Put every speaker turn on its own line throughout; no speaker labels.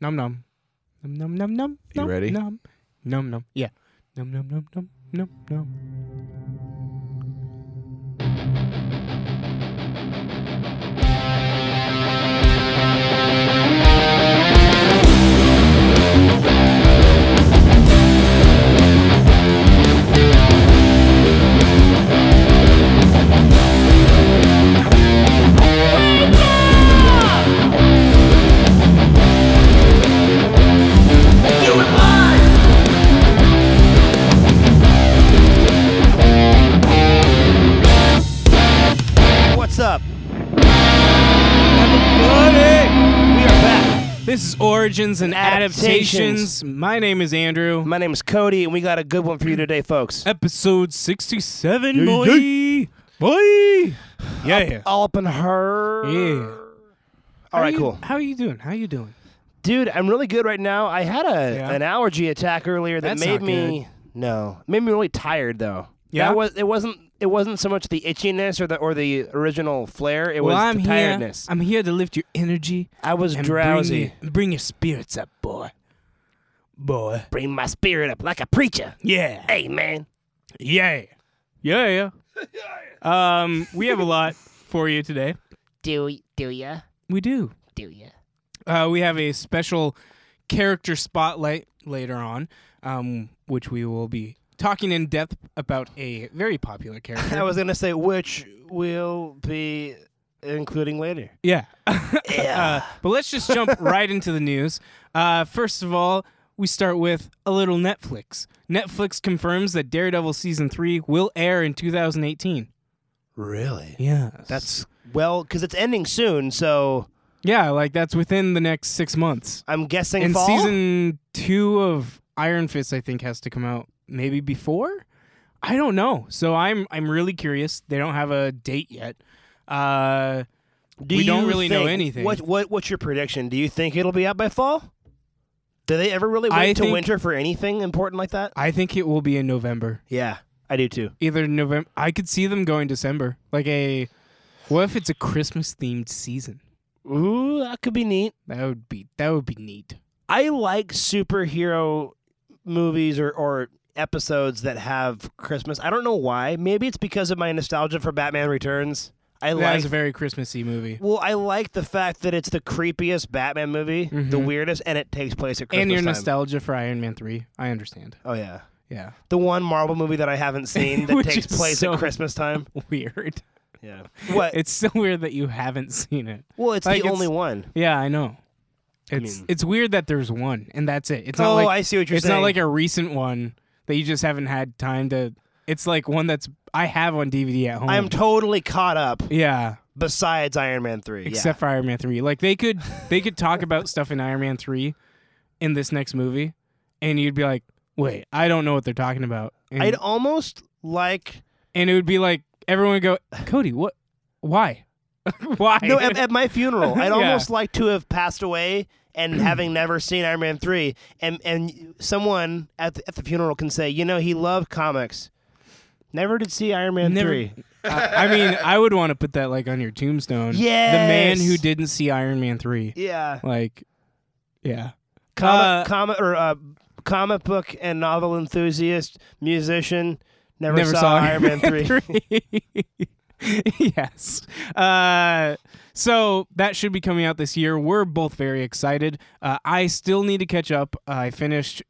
Num num. Num num num num.
You
num,
ready?
Num. Num num. Yeah. Num num num num num num.
What's up? Everybody! We are back.
This is Origins and
Adaptations.
Adaptations. My name is Andrew.
My name is Cody, and we got a good one for you today, folks.
Episode 67,
Yeah,
boy. Boy. Yeah.
All up in her.
Yeah.
All right,
How you-
cool.
How are you doing? How you doing?
Dude, I'm really good right now. I had a
Yeah.
an allergy attack earlier that
That's
made
not
me no, made me really tired though.
Yeah?
That was it wasn't it wasn't so much the itchiness or the or the original flare, it
well,
was
I'm
the
here.
tiredness.
I'm here to lift your energy
I was
and
drowsy.
Bring, your- bring your spirits up, boy. Boy.
Bring my spirit up like a preacher.
Yeah.
Hey man.
Yeah. Yeah, yeah. um, we have a lot for you today.
Do do ya?
We do.
Do ya?
Uh, we have a special character spotlight later on, um, which we will be talking in depth about a very popular
I
character.
was gonna say which will be including later.
yeah. uh, but let's just jump right into the news. Uh, first of all, we start with a little Netflix. Netflix confirms that Daredevil season three will air in 2018.
Really?
Yeah,
That's well, because it's ending soon, so
yeah, like that's within the next six months.
I'm guessing
and
fall.
season two of Iron Fist, I think, has to come out maybe before. I don't know, so I'm I'm really curious. They don't have a date yet. Uh,
Do
we don't
you
really know
think-
anything.
What what what's your prediction? Do you think it'll be out by fall? Do they ever really wait
I
to
think-
winter for anything important like that?
I think it will be in November,
Yeah, I do too.
either November. I could see them going December, like a. What if it's a Christmas themed season?
Ooh, that could be neat.
That would be that would be neat.
I like superhero movies or or episodes that have Christmas. I don't know why. Maybe it's because of my nostalgia for Batman Returns. I
That
like
is a very Christmassy movie,
Well, I like the fact that it's the creepiest Batman movie, the
Mhm.
weirdest, and it takes place at Christmas
and your
time.
nostalgia for Iron Man three. I understand.
oh yeah,
Yeah,
the one Marvel movie that I haven't seen that
Which
takes
is
place
so-
at Christmas time.
weird.
Yeah. What?
It's so weird that you haven't seen it.
well, it's
like,
the
it's-
only one.
Yeah, I know. It's
mean-
it's weird that there's one and that's it. It's not
oh,
like
I see what you're
it's
saying.
not like a recent one that you just haven't had time to. It's like one that's I have on DVD at home.
I am totally caught up.
yeah,
Besides Iron Man three,
except for Iron Man three. Like they could they could talk about stuff in Iron Man three in this next movie, and you'd be like, wait, I don't know what they're talking about. And,
yeah. I'd almost like
and it would be like everyone would go, Cody, what? Why? Why?
no at, at my funeral. I'd
Yeah.
almost like to have passed away and having never seen Iron Man three, and and someone at the, at the funeral can say, you know, he loved comics. Never did see Iron Man
Never-
three.
I, I mean, I would want to put that like on your tombstone. The man who
Yes.
didn't see Iron Man three.
Yeah,
Like, yeah.
comic,
Uh,
comic or uh, comic book and novel enthusiast, musician. Never,
Never
saw, Iron Man three.
yes. Uh, so that should be coming out this year. We're both very excited. Uh, I still need to catch up. I finished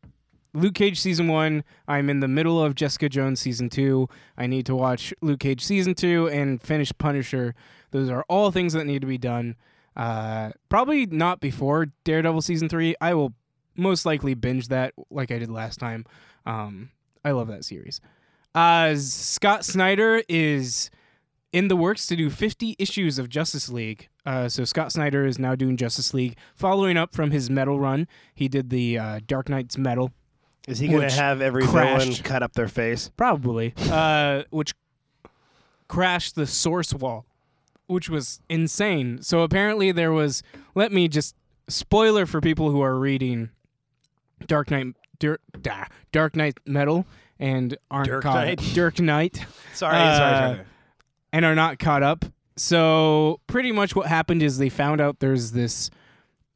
Luke Cage season one. I'm in the middle of Jessica Jones season two. I need to watch Luke Cage season two and finish Punisher. Those are all things that need to be done. Uh, probably not before Daredevil season three. I will most likely binge that like I did last time. Um, I love that series. Uh, Scott Snyder is in the works to do 50 issues of Justice League. Uh, so Scott Snyder is now doing Justice League, following up from his Metal run. He did the uh, Dark Knight's Metal,
Is he going to
Which
have every villain
crashed.
cut up their face?
probably, uh, which crashed the source wall, which was insane. So apparently there was. Let me just spoiler for people who are reading Dark Knight, Dur- da, Dark Knight Metal, and aren't
Dirk
caught.
Knight.
Dark Knight.
Sorry,
Uh,
sorry, sorry.
and are not caught up. So pretty much what happened is they found out there's this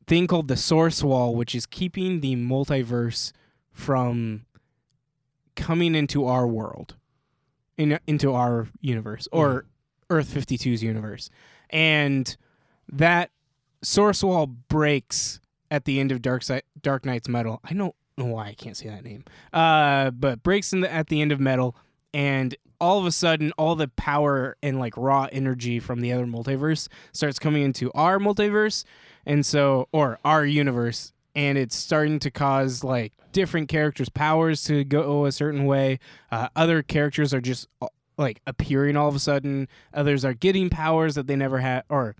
thing called the Source Wall, which is keeping the multiverse from coming into our world, in, into our universe, or Earth 52's universe. And that Source Wall breaks at the end of Dark, si- Dark Knight's Metal. I don't know why I can't say that name, uh, but breaks in the, at the end of Metal, and all of a sudden, all the power and like raw energy from the other multiverse starts coming into our multiverse, and so or our universe, and it's starting to cause like different characters' powers to go a certain way. Uh, other characters are just uh, like appearing all of a sudden. Others are getting powers that they never had, or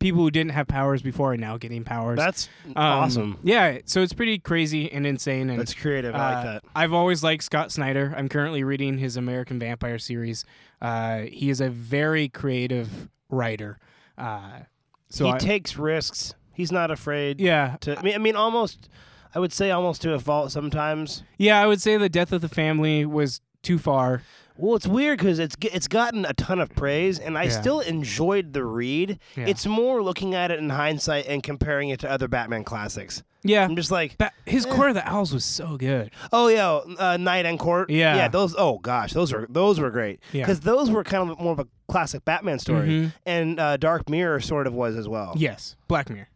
people who didn't have powers before are now getting powers.
That's
Um,
awesome.
Yeah, so it's pretty crazy and insane. And
That's creative. I like
uh,
that.
I've always liked Scott Snyder. I'm currently reading his American Vampire series. Uh, he is a very creative writer. Uh, so
he
I-
takes risks. He's not afraid.
yeah,
To I mean, I mean, almost. I would say almost to a fault sometimes.
yeah, I would say the death of the family was too far.
Well, it's weird because it's g- it's gotten a ton of praise, and I
Yeah.
still enjoyed the read.
Yeah.
It's more looking at it in hindsight and comparing it to other Batman classics.
Yeah,
I'm just like,
Ba- his
Eh.
Court of the Owls was so good.
oh yeah, uh, Night and Court.
Yeah.
yeah. Those. Oh gosh, those were those were great
Yeah.
because those were kind of more of a classic Batman story,
Mhm.
and uh, Dark Mirror sort of was as well.
Yes, Black Mirror.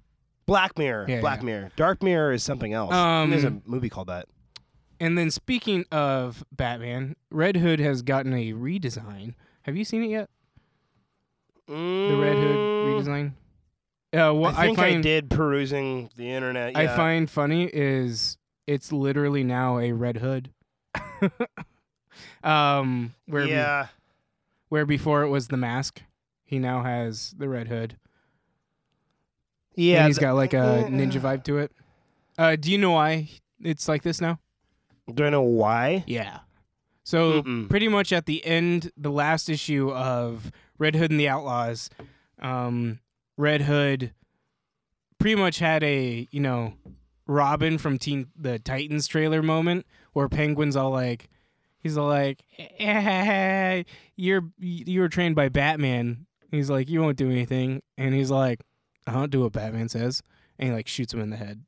Black Mirror.
Yeah,
Black
yeah.
Mirror. Dark Mirror is something else.
Um,
There's a movie called that.
And then speaking of Batman, Red Hood has gotten a redesign. Have you seen it yet? The Red Hood
Mm,
redesign. Uh, what
I think I,
find,
did perusing the internet.
I
yeah.
find funny is it's literally now a red hood. um where be-
yeah.
where before it was the mask, he now has the red hood.
Yeah.
and he's
th-
got like a ninja vibe to it. Uh do you know why it's like this now?
Do I know why?
Yeah. So
Mm-mm.
pretty much at the end, the last issue of Red Hood and the Outlaws, um, Red Hood pretty much had a you know Robin from Teen the Titans trailer moment where Penguin's all like, he's all like, "Eh, you're you were trained by Batman. He's like, you won't do anything, and he's like, I don't do what Batman says, and he like shoots him in the head.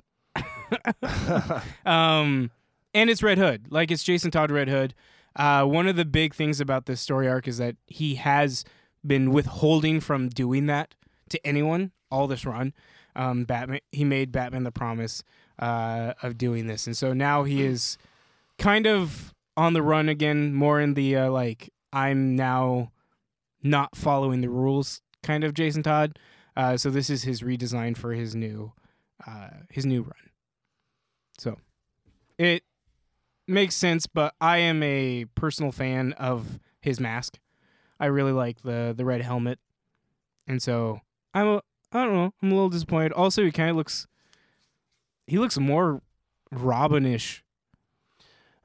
Um, and it's Red Hood. Like it's Jason Todd Red Hood. Uh, one of the big things about this story arc is that he has been withholding from doing that to anyone all this run. Um, Batman. He made Batman the promise uh, of doing this, and so now he is kind of on the run again, more in the uh, like I'm now not following the rules kind of Jason Todd. Uh, so this is his redesign for his new uh, his new run. So it makes sense, but I am a personal fan of his mask. I really like the the red helmet, and so I'm a, I don't know I'm a little disappointed. Also, he kind of looks he looks more Robinish,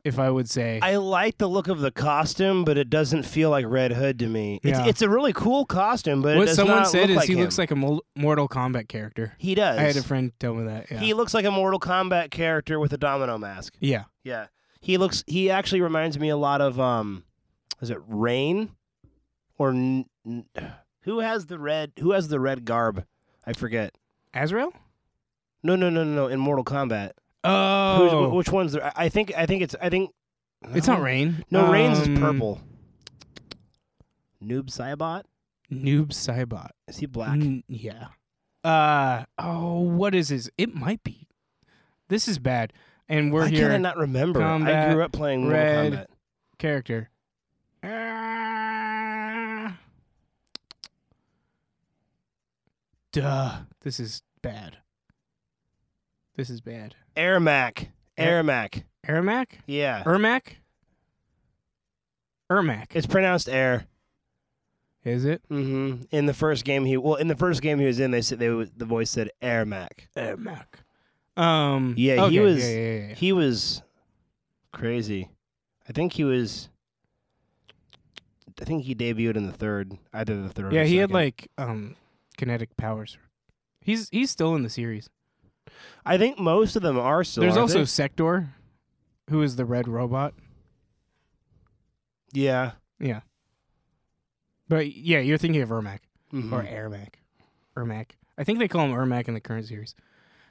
if I would say.
I like the look of the costume, but it doesn't feel like Red Hood to me. It's,
Yeah.
it's a really cool costume, but it
what
does
someone
not
said
look
is
like
he
him.
looks like a Mol- Mortal Kombat character.
he does.
I had a friend tell me that. Yeah.
He looks like a Mortal Kombat character with a domino mask.
yeah.
Yeah. He looks he actually reminds me a lot of um is it Rain or n- n- who has the red who has the red garb? I forget.
Azrael?
No, no, no, no, no, in Mortal Kombat. Who's-
Oh.
wh- which one's the I I think I think it's I think
it's not Rain.
No, Rain's
Um,
is purple. Noob Saibot?
Noob Saibot.
Is he black?
N- yeah. Uh oh, what is his? It might be. This is bad, and we're
Why
here
can I not remember? I
Combat,
grew up playing
red.
Mortal Kombat.
character. Ah. Duh, this is bad. This is bad.
Ermac.
Yeah.
Ermac.
Ermac?
Yeah.
Ermac? Ermac.
It's pronounced air.
is it?
Mm-hmm. In the first game, he well, in the first game he was in, they said they w- the voice said Ermac.
Ermac. Um
Yeah,
okay,
he was-
yeah, yeah, yeah, yeah.
He was crazy. I think he was. I think he debuted in the third, either the third.
Yeah,
or
he had
second.
like um kinetic powers. He's he's still in the series.
I think most of them are still.
There's
aren't
also
they?
Sector, who is the red robot.
yeah.
Yeah. But yeah, you're thinking of Ermac
Mhm.
or Ermac. Ermac. I think they call him Ermac in the current series.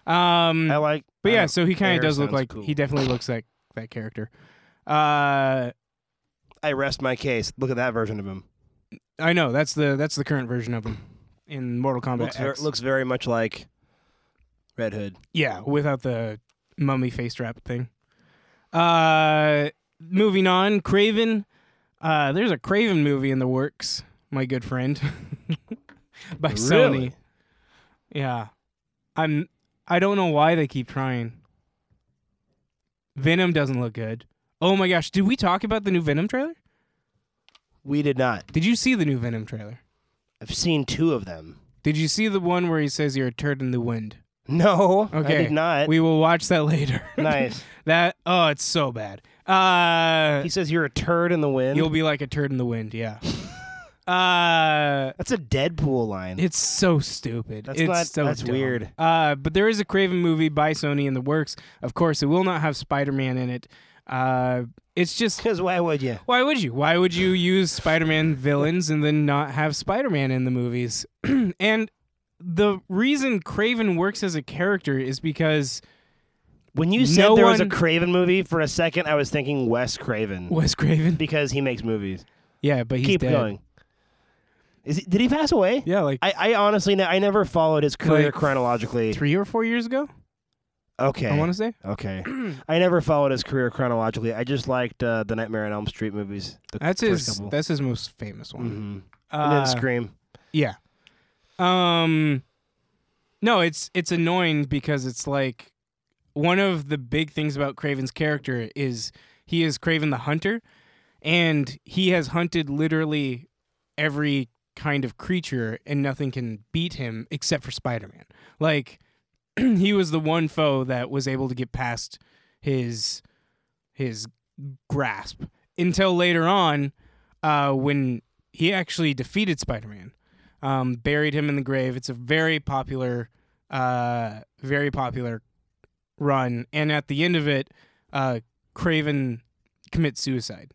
Um,
I like.
but
I
yeah,
don't-
so he kind
Air
of does look
sounds
like
cool.
he definitely looks like that character. Uh,
I rest my case. Look at that version of him.
I know that's the that's the current version of him in Mortal Kombat
Looks, ver-
X.
looks very much like Red Hood.
Yeah, without the mummy face wrap thing. Uh moving on, Craven. Uh there's a Craven movie in the works, my good friend. By
Really?
Sony. Yeah. I'm I don't know why they keep trying. Venom doesn't look good. Oh my gosh, did we talk about the new Venom trailer?
We did not.
Did you see the new Venom trailer?
I've seen two of them.
Did you see the one where he says you're a turd in the wind?
No,
Okay.
I did not.
We will watch that later.
nice.
That oh, it's so bad. Uh,
He says you're a turd in the wind.
you'll be like a turd in the wind. Yeah. uh,
that's a Deadpool line.
it's so stupid.
That's
it's
not-
so
that's
dumb.
weird.
Uh, but there is a Craven movie by Sony in the works. Of course, it will not have Spider-Man in it. Uh, it's just
Because why would you?
why would you? Why would you use Spider-Man villains and then not have Spider-Man in the movies? and the reason Craven works as a character is because
When you said
No
there was a
one-
Craven movie for a second, I was thinking Wes Craven
Wes Craven.
because he makes movies.
Yeah, but he's
Keep
dead.
going. Is he, did he pass away?
Yeah, like
I, I honestly, ne- I never followed his career
Like,
chronologically.
three or four years ago.
okay.
I want to say.
Okay. I never followed his career chronologically. I just liked uh, the Nightmare on Elm Street movies. The
That's
first
his.
couple.
That's his most famous one.
hmm and
Uh,
then Scream.
yeah. Um, no, it's it's annoying because it's like one of the big things about Craven's character is he is Craven the hunter, and he has hunted literally every kind of creature, and nothing can beat him except for Spider Man. Like he was the one foe that was able to get past his his grasp until later on uh, when he actually defeated Spider-Man, um, buried him in the grave. It's a very popular, uh, very popular run, and at the end of it, uh, Craven commits suicide,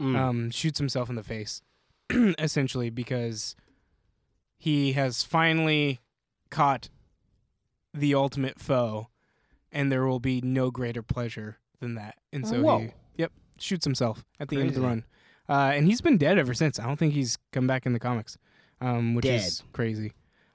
Mm.
um, shoots himself in the face, essentially because he has finally caught the ultimate foe, and there will be no greater pleasure than that. And so
Whoa.
he, yep, shoots himself at the end of the
Crazy.
run. Uh, and he's been dead ever since. I don't think he's come back in the comics, um, which is crazy.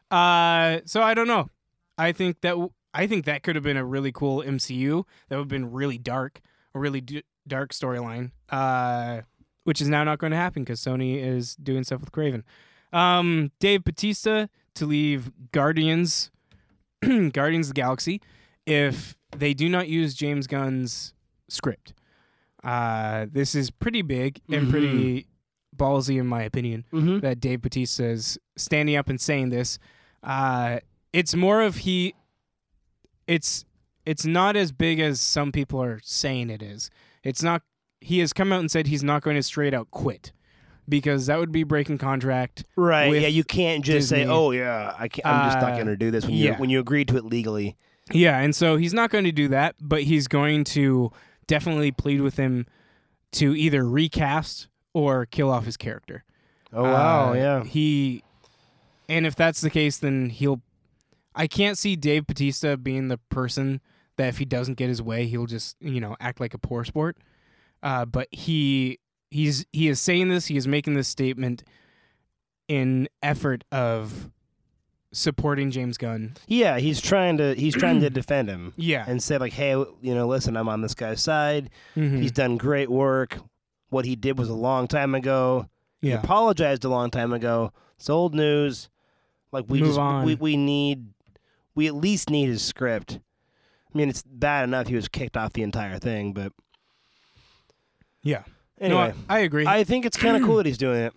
Uh, so I don't know. I think that w- I think that could have been a really cool MCU. That would have been really dark, a really d- dark storyline, uh, which is now not going to happen because Sony is doing stuff with Craven. Um, Dave Batista to leave Guardians, Guardians of the Galaxy, if they do not use James Gunn's script. Uh, this is pretty big and pretty ballsy, in my opinion
Mhm.
that Dave Bautista is standing up and saying this. Uh, it's more of he. It's it's not as big as some people are saying it is. It's not. He has come out and said he's not going to straight out quit because that would be breaking contract.
Right.
with
Yeah, you can't just say,
Disney.
"Oh yeah, I can't, I'm just not
Uh,
going to do this." When you
yeah.
when you agree to it legally,
Yeah, and so he's not going to do that, but he's going to definitely plead with him to either recast or kill off his character.
oh wow,
Uh,
yeah,
He, and if that's the case, then he'll. I can't see Dave Batista being the person that if he doesn't get his way, he'll just you know act like a poor sport. Uh, but he he's he is saying this. He is making this statement in effort of supporting James Gunn.
yeah. He's trying to he's trying to defend him
Yeah,
and say like, "Hey, you know, listen, I'm on this guy's side.
Mhm.
He's done great work. What he did was a long time ago. He
yeah.
apologized a long time ago. It's old news. Like we
Move
just
on.
we we need we at least need his script. I mean, it's bad enough he was kicked off the entire thing, but
Yeah.
Anyway,
no, I, I agree.
I think it's kind of cool that he's doing it.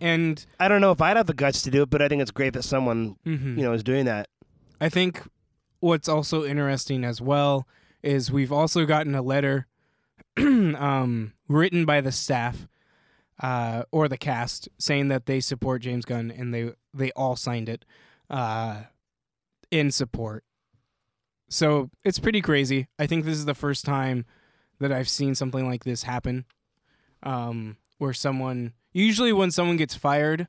and
I don't know if I'd have the guts to do it, but I think it's great that someone
mhm.
you know is doing that.
I think what's also interesting as well is we've also gotten a letter um, written by the staff uh, or the cast saying that they support James Gunn and they they all signed it uh, in support. So it's pretty crazy. I think this is the first time that I've seen something like this happen, um, where someone usually when someone gets fired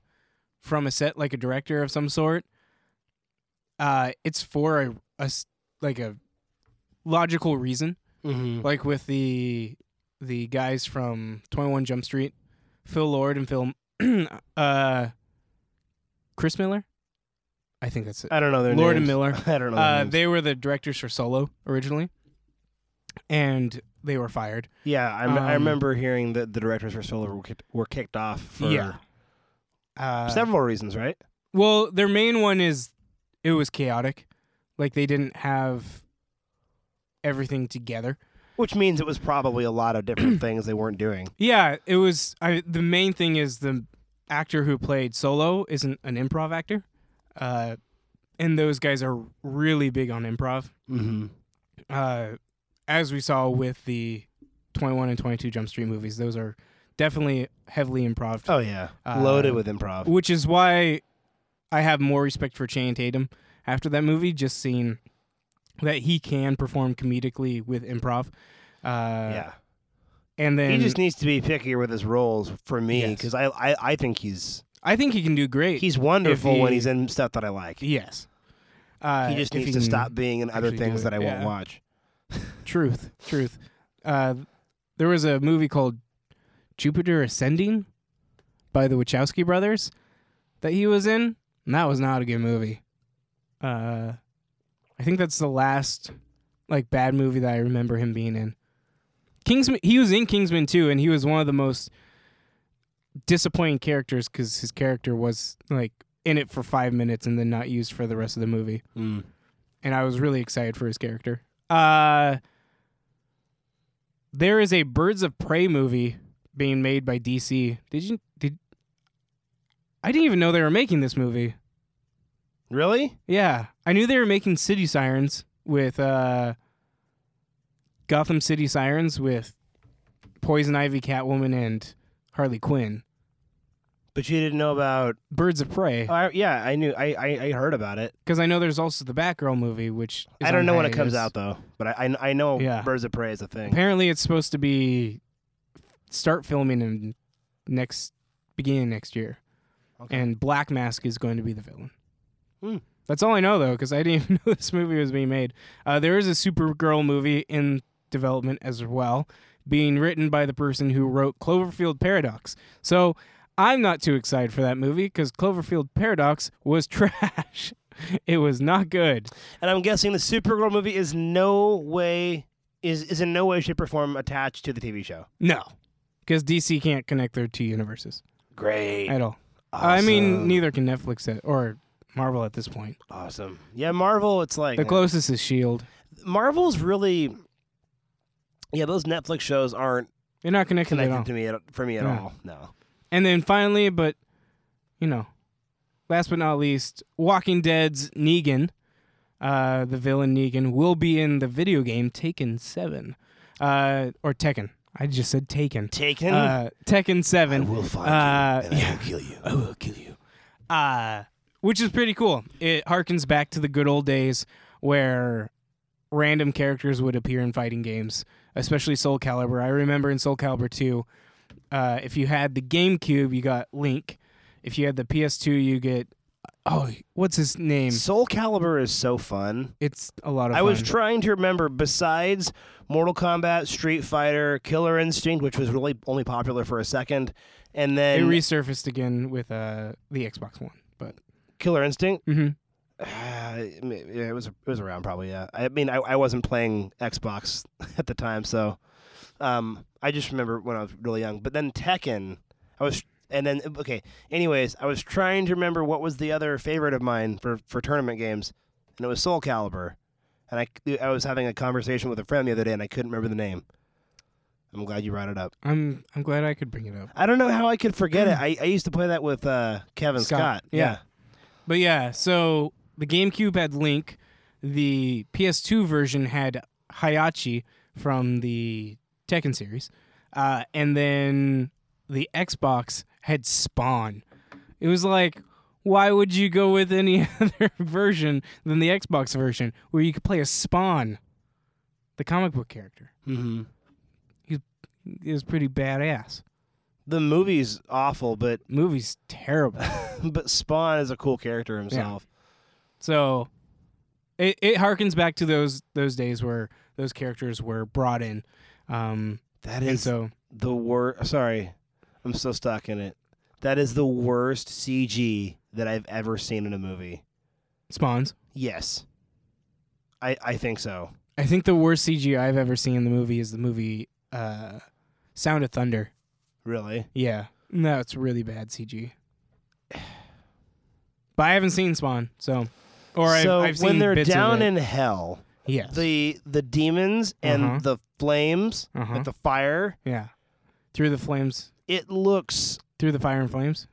from a set, like a director of some sort, uh, it's for a, a s- like a logical reason.
Mm-hmm.
Like with the the guys from Twenty One Jump Street, Phil Lord and Phil uh, Chris Miller. I think that's it.
I don't know their
Lord and
names.
Miller.
I don't know. their
Uh,
names.
they were the directors for Solo originally, and they were fired.
yeah, I, m- I
um,
remember hearing that the directors for Solar were kicked, were kicked off for
Yeah. Uh,
several reasons, right?
Well, their main one is it was chaotic. Like they didn't have everything together.
Which means it was probably a lot of different things they weren't doing.
Yeah, it was I the main thing is the actor who played Solo isn't an improv actor. Uh and those guys are really big on improv.
Mm-hmm.
Uh as we saw with the 21 and 22 Jump Street movies, those are definitely heavily improv.
Oh yeah,
Uh,
loaded with improv.
which is why I have more respect for Channing Tatum after that movie, just seeing that he can perform comedically with improv. Uh,
yeah,
and then
he just needs to be pickier with his roles for me
Yes.
because I, I I think he's
I think he can do great.
he's wonderful when
he-
he's in stuff that I like.
yes. Uh,
he just
if
needs to
can-
stop being in other
actually do
things
it,
that I
yeah.
won't watch.
Truth, truth. Uh, there was a movie called Jupiter Ascending by the Wachowski brothers that he was in, and that was not a good movie. Uh, I think that's the last like bad movie that I remember him being in. Kingsman. He was in Kingsman too, and he was one of the most disappointing characters because his character was like in it for five minutes and then not used for the rest of the movie and I was really excited for his character. Uh, there is a Birds of Prey movie being made by DC. Did you did? I didn't even know they were making this movie.
Really?
Yeah, I knew they were making City Sirens with uh, Gotham City Sirens with Poison Ivy, Catwoman, and Harley Quinn.
But you didn't know about?
Birds of Prey,
Oh, I, yeah, I knew. I, I I heard about it.
because I know there's also the Batgirl movie, which is
I don't
on
know when it comes
hiatus.
out though, but I I, I know
Yeah.
Birds of Prey is a thing.
Apparently, it's supposed to be start filming in next beginning of next year,
Okay.
and Black Mask is going to be the villain.
Hmm.
That's all I know though, because I didn't even know this movie was being made. Uh, there is a Supergirl movie in development as well, being written by the person who wrote Cloverfield Paradox. So I'm not too excited for that movie because Cloverfield Paradox was trash. it was not good.
And I'm guessing the Supergirl movie is no way is is in no way shape or form attached to the TV show.
No, because DC can't connect their two universes
Great.
at all. I mean, neither can Netflix at, or Marvel at this point.
Awesome. Yeah, Marvel. It's like
The closest is Shield.
Marvel's really. Yeah, those Netflix shows aren't
They're not connected at all.
connected to me at, for me at
Yeah.
all. No.
and then finally, but you know, last but not least, Walking Dead's Negan, uh, the villain Negan, will be in the video game Taken Seven, uh, or Tekken. I just said Taken.
Taken.
Uh, Tekken Seven.
find
uh, yeah.
will kill you.
I will kill you. Uh, which is pretty cool. It harkens back to the good old days where random characters would appear in fighting games, especially Soul Calibur. I remember in Soul Calibur 2, uh, if you had the GameCube, you got Link. If you had the PS2, you get. Oh, what's his name?
Soul Calibur is so fun.
It's a lot of
I
fun.
was trying to remember besides Mortal Kombat, Street Fighter, Killer Instinct, which was really only popular for a second, and
it
then
resurfaced again with uh, the Xbox One. But
Killer Instinct.
hmm
Uh, yeah, it was it was around probably yeah. I mean, I, I wasn't playing Xbox at the time, so um, I just remember when I was really young. But then Tekken, I was and then okay. Anyways, I was trying to remember what was the other favorite of mine for for tournament games, and it was Soul Calibur. And I c- I was having a conversation with a friend the other day, and I couldn't remember the name. I'm glad you brought it up.
I'm I'm glad I could bring it up.
I don't know how I could forget it. I, I used to play that with uh, Kevin
Mm. Scott,
Scott.
yeah. But yeah, so the GameCube had Link. The PS2 version had Hayachi from the Tekken series. Uh, and then the Xbox had Spawn. It was like, why would you go with any other version than the Xbox version where you could play a Spawn, the comic book character?
Mm-hmm.
It was pretty badass.
The movie's awful, but
Movie's terrible.
but Spawn is a cool character himself.
So it, it harkens back to those those days where those characters were brought in. Um,
That
and
is
so
the worst. Sorry, I'm so stuck in it. That is the worst CG that I've ever seen in a movie.
spawns.
Yes, I I think so.
I think the worst CG I've ever seen in the movie is the movie uh, Sound of Thunder.
Really,
Yeah, no, it's really bad CG. But I haven't seen Spawn, so or I've,
so
I've seen
when they're
bits
down
of it.
in hell,
yes,
the the demons and
Uh-huh.
the flames,
Uh-huh.
with the fire,
yeah, through the flames,
it looks
through the fire and flames.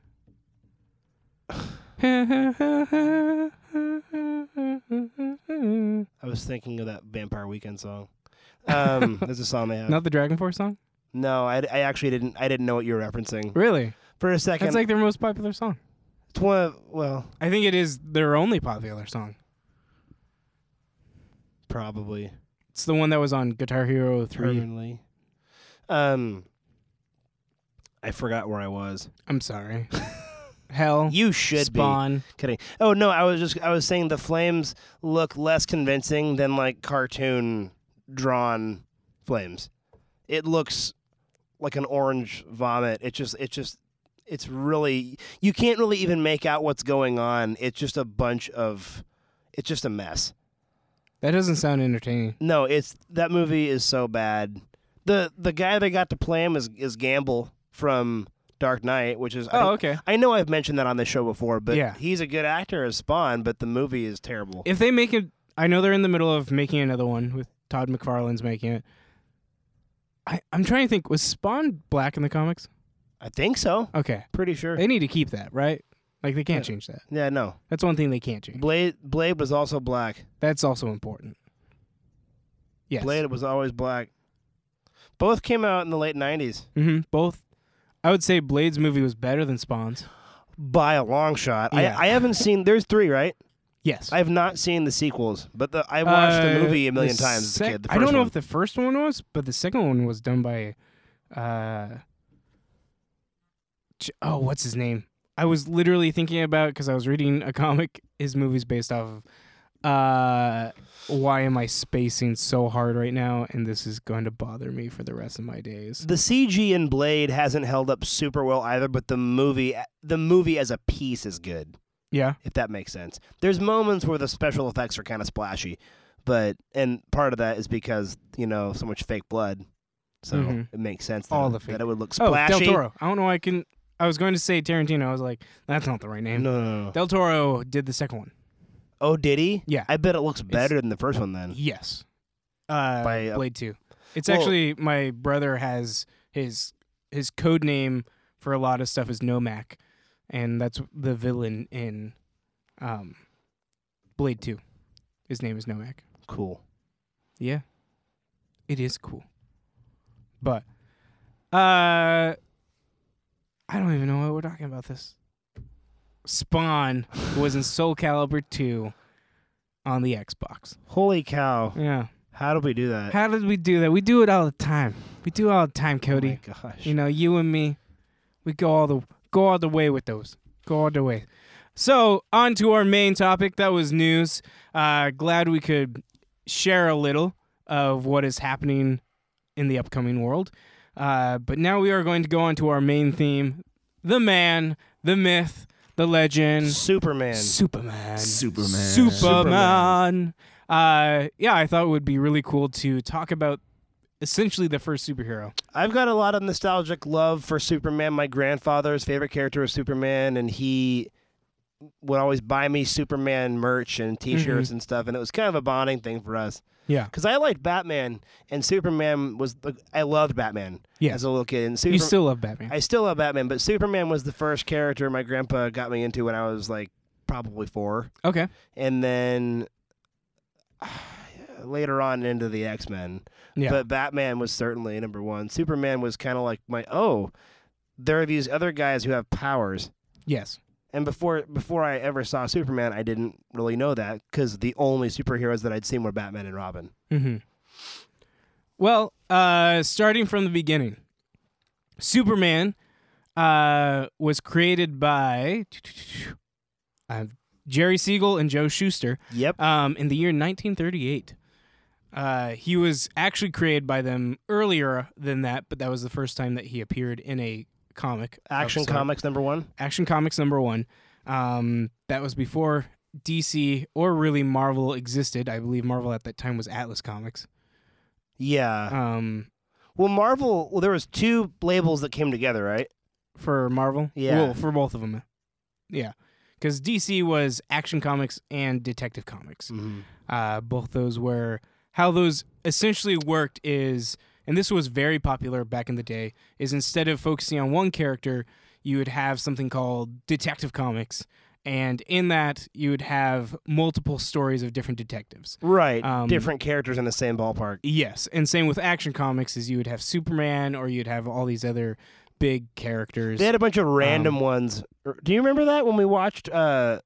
I was thinking of that Vampire Weekend song. Um, there's a song they have.
Not the Dragon Force song,
No, I, I actually didn't. I didn't know what you were referencing
really?
for a second.
That's like their most popular song.
it's one of, well,
I think it is their only popular song.
probably
It's the one that was on Guitar Hero three.
permanently. Um, I forgot where I was.
I'm sorry. Hell,
You should
Spawn.
be kidding. Oh no, I was just I was saying the flames look less convincing than like cartoon drawn flames. It looks like an orange vomit. It just it just it's really you can't really even make out what's going on. It's just a bunch of it's just a mess.
That doesn't sound entertaining.
No, it's that movie is so bad. The the guy they got to play him is is Gamble from Dark Knight, which is I,
Oh, okay.
I know I've mentioned that on the show before, but
Yeah.
he's a good actor as Spawn, but the movie is terrible.
If they make it, I know they're in the middle of making another one with Todd McFarlane's making it. I, I'm trying to think. Was Spawn black in the comics?
I think so.
Okay,
Pretty sure.
they need to keep that, right? Like they can't
Yeah.
change that.
yeah, no.
That's one thing they can't change.
Blade Blade was also black.
That's also important. Yes.
Blade was always black. Both came out in the late '90s
hmm Both. I would say Blade's movie was better than Spawn's.
by a long shot.
Yeah.
I, I haven't seen. There's three, right?
Yes.
I have not seen the sequels, but the, I watched the
Uh,
movie a
the
million times as a
sec-
kid. The
I don't
first
know
one.
if the first one was, but the second one was done by, uh, J- oh, what's his name? I was literally thinking about because I was reading a comic. His movie's based off of. Uh, why am I spacing so hard right now? And this is going to bother me for the rest of my days.
The CG in Blade hasn't held up super well either, but the movie the movie as a piece is good,
Yeah,
if that makes sense. There's moments where the special effects are kind of splashy, but and part of that is because, you know, so much fake blood. So
Mhm.
it makes sense that,
All
it,
the fake-
that it would look
oh, Del
splashy.
Toro. I don't know. why I can. I was going to say Tarantino. I was like, that's not the right
No,
name.
no, no, no.
Del Toro did the second one.
Oh, did he?
Yeah.
I bet it looks better than the first one then.
Yes. Uh,
By, uh,
Blade Two. It's
well-
actually my brother has his his code name for a lot of stuff is Nomac, and that's the villain in um, Blade Two. His name is Nomac.
Cool.
Yeah, it is cool, but uh, I don't even know what we're talking about. This Spawn was in Soul Calibur Two on the Xbox.
Holy cow.
Yeah.
How did we do that?
How did we do that? We do it all the time. We do it all the time, Cody.
Oh my gosh.
you know, you and me, we go all the go all the way with those. Go all the way. So on to our main topic. That was news. Uh, glad we could share a little of what is happening in the upcoming world. Uh, but now we are going to go on to our main theme: the man, the myth, the legend,
Superman.
Superman.
Superman.
Superman. Uh, yeah, I thought it would be really cool to talk about essentially the first superhero.
I've got a lot of nostalgic love for Superman. My grandfather's favorite character was Superman, and he would always buy me Superman merch and T-shirts
Mm-hmm.
and stuff. And it was kind of a bonding thing for us
Yeah.
because I liked Batman, and Superman was the, I loved Batman
Yeah.
as a little kid. And Super,
You still love Batman.
I still love Batman, but Superman was the first character my grandpa got me into when I was like probably four,
okay.
and then later on into the X Men.
Yeah.
But Batman was certainly number one. Superman was kind of like my oh, there are these other guys who have powers.
yes.
And before before I ever saw Superman, I didn't really know that because the only superheroes that I'd seen were Batman and Robin.
Mm-hmm. Well, uh, starting from the beginning, Superman uh, was created by. I'm Jerry Siegel and Joe Shuster
Yep.
um, in the year 1938. Uh, he was actually created by them earlier than that, but that was the first time that he appeared in a comic. of
Action
some-
Comics number one.
Action Comics number one. Um, that was before DC or really Marvel existed. I believe Marvel at that time was Atlas Comics.
Yeah.
Um,
Well, Marvel. Well, there was two labels that came together, right?
for Marvel,
Yeah.
well, for both of them, yeah, because DC was Action Comics and Detective Comics.
Mm-hmm.
Uh, both those were how those essentially worked is, and this was very popular back in the day. Is instead of focusing on one character, you would have something called Detective Comics, and in that you would have multiple stories of different detectives.
Right.
Um,
Different characters in the same ballpark.
Yes, and same with Action Comics is you would have Superman or you'd have all these other big characters.
They had a bunch of random ones. R- Do you remember that when we watched? Uh,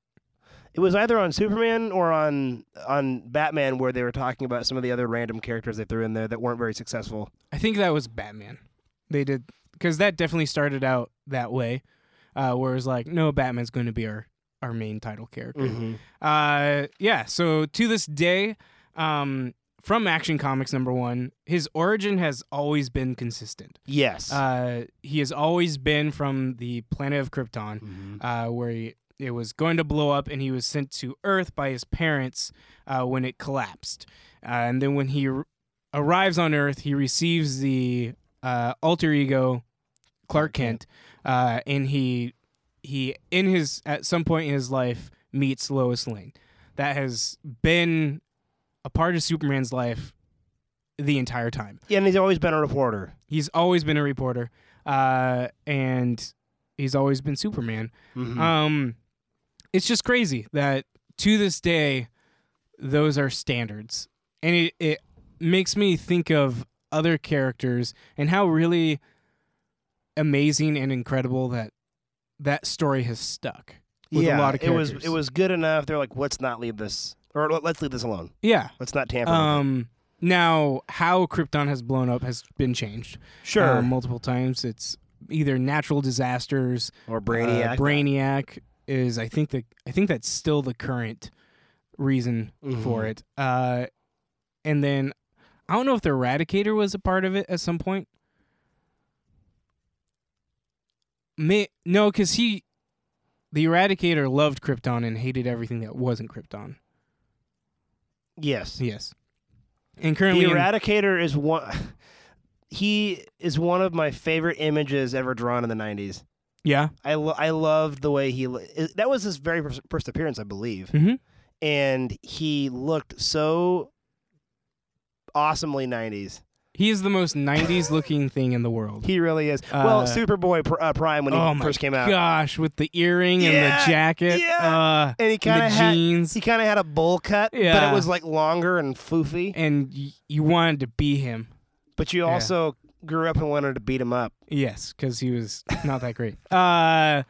it was either on Superman or on on Batman, where they were talking about some of the other random characters they threw in there that weren't very successful.
I think that was Batman. They did because that definitely started out that way, uh, where it was like, no, Batman's going to be our our main title character.
Mm-hmm.
Uh, yeah. So to this day, um, from Action Comics number one, his origin has always been consistent.
Yes.
Uh, he has always been from the planet of Krypton,
Mhm.
uh, where he, it was going to blow up, and he was sent to Earth by his parents uh, when it collapsed. Uh, and then when he r- arrives on Earth, he receives the uh, alter ego Clark Kent, uh, and he he in his at some point in his life meets Lois Lane. That has been a part of Superman's life the entire time
Yeah, and he's always been a reporter.
he's always been a reporter uh, and he's always been superman
Mhm.
um, it's just crazy that to this day those are standards and it, it makes me think of other characters and how really amazing and incredible that that story has stuck with
yeah,
a lot of characters
it was it was good enough. They're like, let's not leave this, or "Let- let's leave this alone.
yeah
Let's not tamper. with
um now how krypton has blown up has been changed
it. Sure.
uh, multiple times it's either natural disasters
or
Uh,
Brainiac.
Brainiac is I think the I think that's still the current reason for
Mhm.
it. Uh, and then I don't know if the Eradicator was a part of it at some point. May, no, because he, the Eradicator loved Krypton and hated everything that wasn't Krypton.
yes.
Yes, and
The
currently in-
Eradicator is one. He is one of my favorite images ever drawn in the '90s.
yeah,
I lo- I love the way he. Lo- it- that was his very first- first appearance, I believe,
Mhm.
and he looked so awesomely '90s.
he is the most '90s looking thing in the world.
He really is. well,
Uh,
Superboy pr- uh, Prime when he
oh my
first came out,
Gosh, with the earring and
Yeah,
the jacket,
yeah.
uh,
and he kind
and
of
the
had
jeans.
He kind of had a bowl cut, but
Yeah.
it was like longer and foofy.
and y- you wanted to be him.
But you
Yeah.
also grew up and wanted to beat him up.
Yes, because he was not that great. Uh,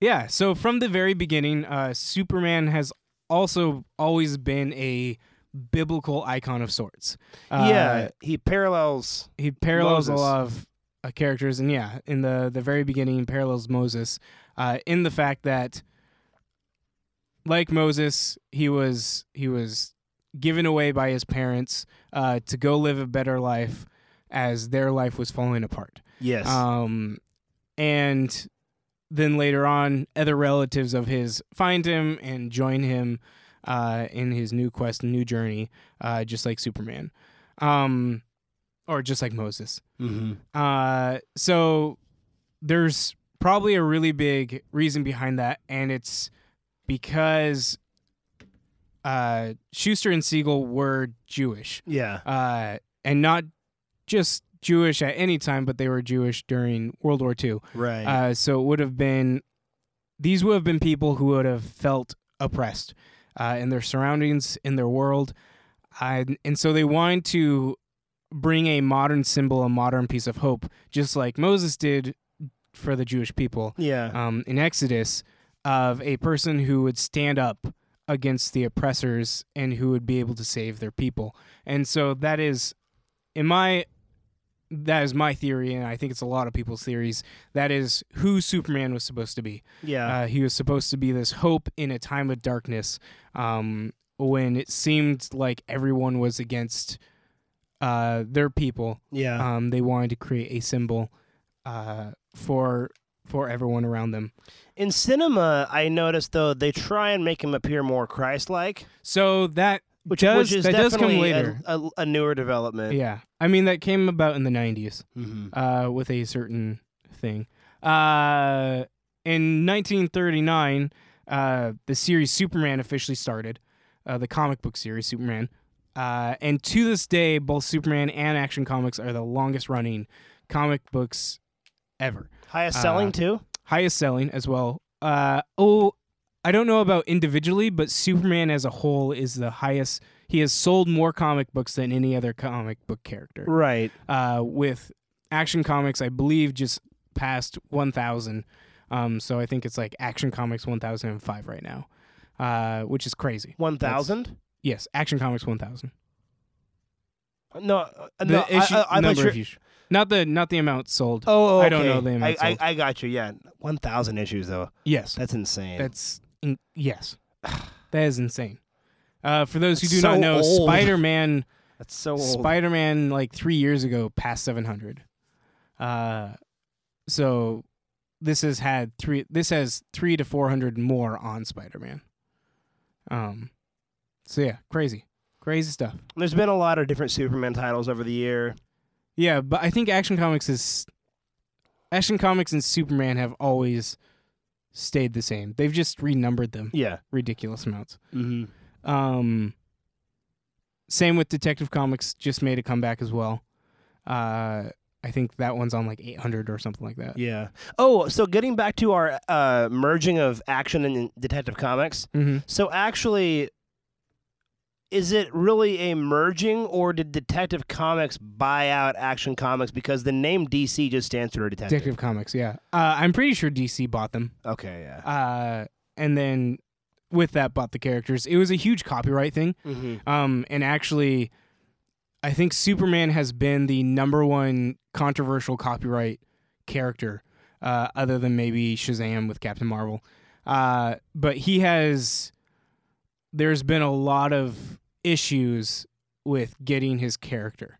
yeah. So from the very beginning, uh, Superman has also always been a biblical icon of sorts. Uh,
yeah, he parallels.
he parallels
Moses.
a lot of uh, characters, and yeah, in the the very beginning, he parallels Moses uh, in the fact that, like Moses, he was he was given away by his parents uh, to go live a better life as their life was falling apart.
Yes.
Um, and then later on, other relatives of his find him and join him uh, in his new quest, new journey, uh, just like Superman, um, or just like Moses.
mm-hmm.
Uh, so there's probably a really big reason behind that, and it's because uh, Schuster and Siegel were Jewish
Yeah.
uh, and not just Jewish at any time, but they were Jewish during World War II.
Right.
Uh, so it would have been these would have been people who would have felt oppressed uh, in their surroundings, in their world, uh, and so they wanted to bring a modern symbol, a modern piece of hope, just like Moses did for the Jewish people
yeah.
um, in Exodus of a person who would stand up against the oppressors and who would be able to save their people. And so that is, in my that is my theory, and I think it's a lot of people's theories. That is who Superman was supposed to be.
Yeah.
Uh, he was supposed to be this hope in a time of darkness um, when it seemed like everyone was against uh, their people.
yeah.
Um, they wanted to create a symbol uh, for for everyone around them.
In cinema, I noticed though they try and make him appear more Christ-like,
So that
which,
does
which is
that does come
definitely a-
later.
A, a newer development.
yeah, I mean that came about in the '90s
hmm
uh, with a certain thing. Uh, in 1939, uh, the series Superman officially started, uh, the comic book series Superman. Uh, and to this day, both Superman and Action Comics are the longest running comic books ever.
Highest
Uh,
selling too.
highest selling as well. Uh, oh, I don't know about individually, but Superman as a whole is the highest. He has sold more comic books than any other comic book character.
Right.
Uh, with Action Comics, I believe just passed 1,000. Um, so I think it's like Action Comics 1,005 right now, uh, which is crazy.
One thousand.
Yes, Action Comics 1,000.
No, uh,
The
no. I-
issue-
I, I'm not
number
sure.
of issues. Not the not the amount sold.
Oh, okay.
I don't know the
I,
amount
I,
sold.
I got you. Yeah, one thousand issues though.
yes,
That's insane.
That's in- yes. that is insane. Uh, for those who
That's
do
so
not know,
old.
Spider Man,
That's so old.
Spider Man, like three years ago, passed seven hundred. Uh, so this has had three. This has three to four hundred more on Spider Man. Um, so yeah, crazy, crazy stuff.
There's been a lot of different Superman titles over the year.
Yeah, but I think Action Comics is Action Comics and Superman have always stayed the same. They've just renumbered them
Yeah.
ridiculous amounts.
Mm-hmm.
Um, same with Detective Comics, just made a comeback as well. Uh, I think that one's on like 800 or something like that.
Yeah. Oh, so getting back to our uh, merging of action and Detective Comics.
Mm-hmm.
So actually, is it really a merging, or did Detective Comics buy out Action Comics because the name DC just stands for Detective?
Detective Comics, yeah. Uh, I'm pretty sure DC bought them.
Okay. Yeah.
Uh, and then with that, bought the characters. It was a huge copyright thing.
Mm-hmm.
Um, and actually, I think Superman has been the number one controversial copyright character, uh, other than maybe Shazam with Captain Marvel. Uh, but he has. There's been a lot of issues with getting his character,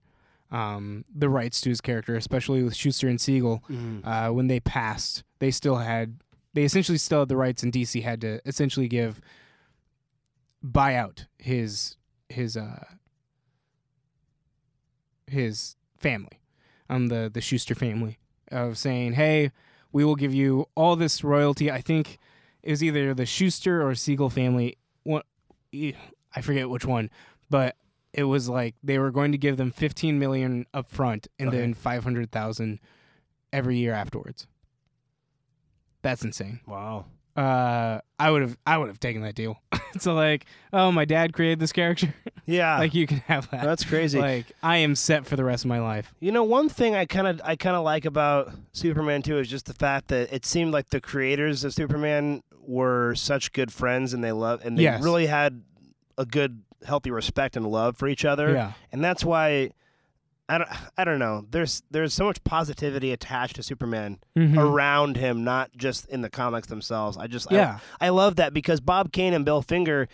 um, the rights to his character, especially with Schuster and Siegel uh, when they passed, they still had they essentially still had the rights, and DC had to essentially give buy out his his uh his family, um the the Schuster family of saying, hey, we will give you all this royalty. I think it was either the Schuster or Siegel family. One, eh, I forget which one, but. It was like they were going to give them 15 million up front and
Okay.
then 500,000 every year afterwards. That's insane.
Wow.
Uh, I would have I would have taken that deal. so like, oh, my dad created this character.
Yeah.
like you can have that.
Ah. that's crazy.
Like I am set for the rest of my life.
You know, one thing I kind of I kind of like about Superman 2 is just the fact that it seemed like the creators of Superman were such good friends and they love and they
Yes.
really had a good healthy respect and love for each other.
Yeah.
And that's why I don't I don't know. There's there's so much positivity attached to Superman
Mhm.
around him, not just in the comics themselves. I just I-
Yeah.
I, love that because Bob Kane and Bill Finger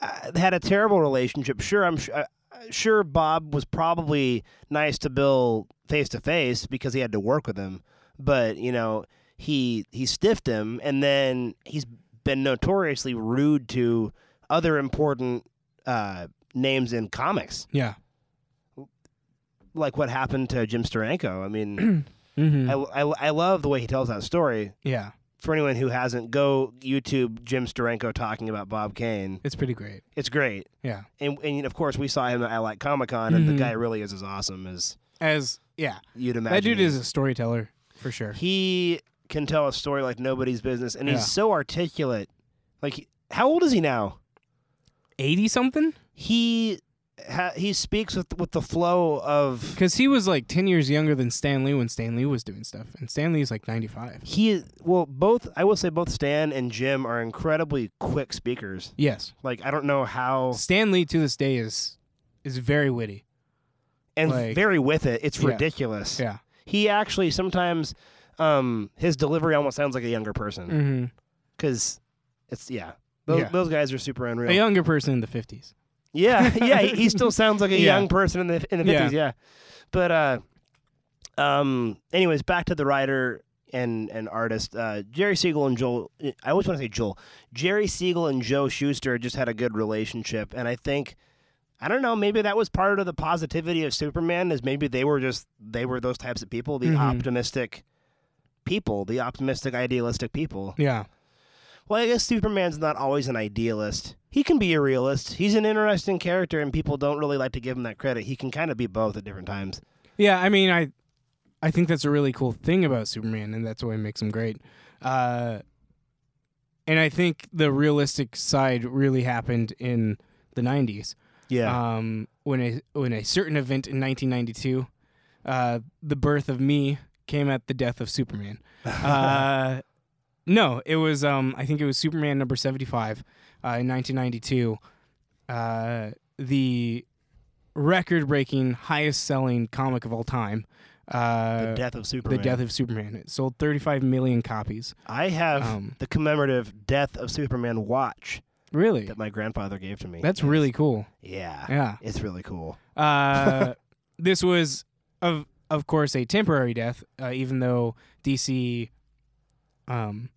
uh, had a terrible relationship. Sure, I'm su- uh, sure Bob was probably nice to Bill face to face because he had to work with him, but you know he he stiffed him, and then he's been notoriously rude to other important uh, names in comics,
Yeah.
like what happened to Jim Steranko. I mean.
hmm
I, I, I love the way he tells that story
yeah.
for anyone who hasn't, go YouTube Jim Steranko talking about Bob Kane.
It's pretty great.
It's great.
Yeah.
And, and of course, we saw him at I Like Comic Con, and
Mhm.
the guy really is as awesome as
As yeah,
you'd imagine.
that dude
he
is a storyteller for sure.
He can tell a story like nobody's business, and
Yeah.
he's so articulate. Like, he- how old is he now?
Eighty something?
He ha- he speaks with with the flow of
Because he was like ten years younger than Stan Lee when Stan Lee was doing stuff, and Stan Lee's like ninety five.
he. Well, both I will say both Stan and Jim are incredibly quick speakers.
Yes.
Like, I don't know how
Stan Lee to this day is is very witty.
and
Like-
very with it. It's
Yeah.
ridiculous.
Yeah.
He actually sometimes um, his delivery almost sounds like a younger person
hmm
because it's yeah. Those,
Yeah.
those guys are super unreal.
A younger person in the 50s.
Yeah, yeah, he, he still sounds like a
Yeah.
young person in the in the
Yeah.
fifties. Yeah. but uh, um, anyways, back to the writer and and artist uh, Jerry Siegel and Joel. I always want to say Joel. Jerry Siegel and Joe Schuster just had a good relationship, and I think I don't know. Maybe that was part of the positivity of Superman is maybe they were just they were those types of people, the
Mhm.
optimistic people, the optimistic, idealistic people.
Yeah.
Well, I guess Superman's not always an idealist. He can be a realist. He's an interesting character, and people don't really like to give him that credit. He can kind of be both at different times.
Yeah, I mean, I I think that's a really cool thing about Superman, and that's what makes him great. Uh, and I think the realistic side really happened in the '90s,
Yeah.
um, when a when a certain event in 1992, uh, the birth of me came at the death of Superman. Uh, no, it was um, I think it was Superman number 75 uh, in 1992. Uh, the record-breaking, highest-selling comic of all time. Uh,
the death of
The
Superman.
Death of Superman. It sold 35 million copies.
I have
Um,
the commemorative death of Superman watch
Really,
that Ah. my grandfather gave to me.
that's really cool.
yeah.
Yeah.
It's really cool.
Uh, this was of of course a temporary death, uh, even though DC, um,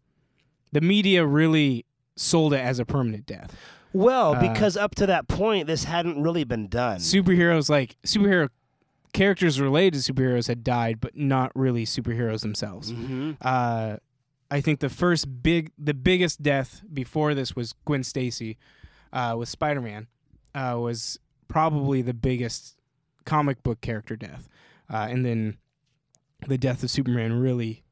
the media really sold it as a permanent death.
Well,
Uh,
because up to that point, this hadn't really been done.
Superheroes like superhero characters related to superheroes had died, but not really superheroes themselves.
Mhm.
Uh, I think the first big, the biggest death before this was Gwen Stacy uh, with Spider Man. Uh, was probably the biggest comic book character death, uh, and then the death of Superman really,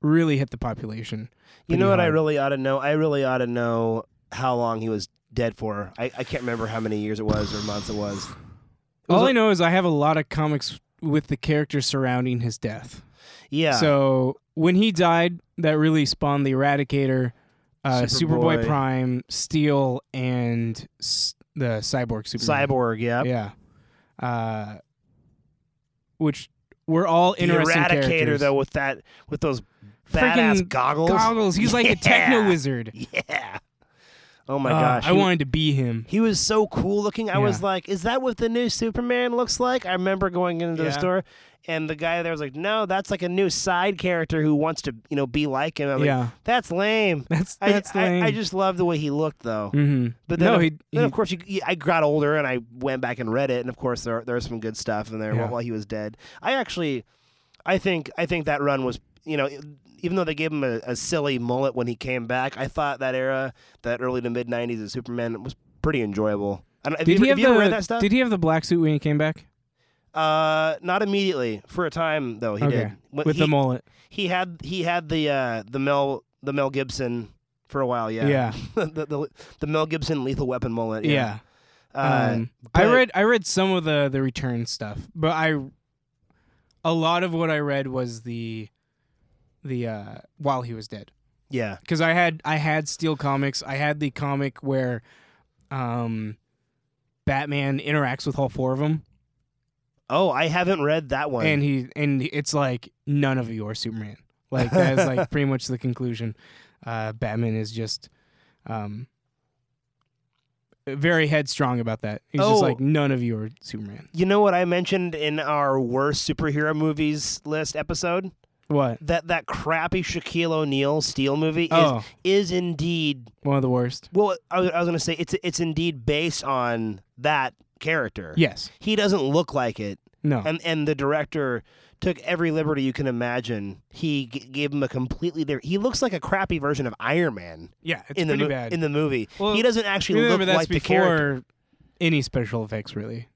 really hit the population.
You
pretty
know what I
hard.
really ought to know? I really ought to know how long he was dead for. I, I can't remember how many years it was or months it was. It was
All
a-
I know is I have a lot of comics with the characters surrounding his death.
yeah.
So when he died, that really spawned the Eradicator, uh, Superboy.
Superboy.
Prime, Steel, and s- the Cyborg Superman.
Cyborg, yeah.
Yeah. Uh, which were all
The
interesting
Eradicator
characters.
though with that with those badass
Freaking
goggles.
Goggles. He's like a techno
Yeah.
wizard.
Yeah. Oh my
Uh,
gosh.
I
he,
wanted to be him.
he was so cool looking. I was
Yeah.
like, is that what the new Superman looks like? I remember going into the
Yeah.
store and the guy there was like, "No, that's like a new side character who wants to, you know, be like him." I'm like,
yeah.
"That's lame."
That's
I-
that's
I,
lame.
I, just love the way he looked though.
hmm
But then,
no,
of,
he,
then of
he-
course, you, you- I got older and I went back and read it, and of course, there there's some good stuff in there
Yeah.
while, while he was dead. I actually, I think, I think that run was, you know, even though they gave him a, a silly mullet when he came back, I thought that era, that early to mid '90s of Superman, was pretty enjoyable. I don't, have
did
you,
he have
have you
the
ever read that stuff?
did he have the black suit when he came back
uh, not immediately. For a time, though, he
Okay.
did. When
with
he,
the mullet?
he had he had the uh, the Mel the Mel Gibson for a while. Yeah, the, the the Mel Gibson Lethal Weapon mullet.
yeah.
Yeah. Uh,
um, I
but-
read I read some of the the return stuff, but I a lot of what I read was the the uh, while he was dead.
yeah.
because I had I had Steel comics. I had the comic where, um, Batman interacts with all four of them,
Oh, I haven't read that one.
and he and it's like none of you are Superman. Like that is like pretty much the conclusion. Uh, Batman is just, um, very headstrong about that. He's
Oh.
just like none of you are Superman.
you know what I mentioned in our worst superhero movies list episode?
What?
That that crappy Shaquille O'Neal Steel movie
Oh,
is is indeed
one of the worst.
well. I was, I was going to say it's it's indeed based on that character.
Yes.
He doesn't look like it,
No.
and and the director took every liberty you can imagine. He g- gave him a completely different. He looks like a crappy version of Iron Man
yeah, it's
in the
pretty
mo-
bad.
in the movie.
Well,
he doesn't actually
Remember
look
that's
like the character.
before any special effects, really.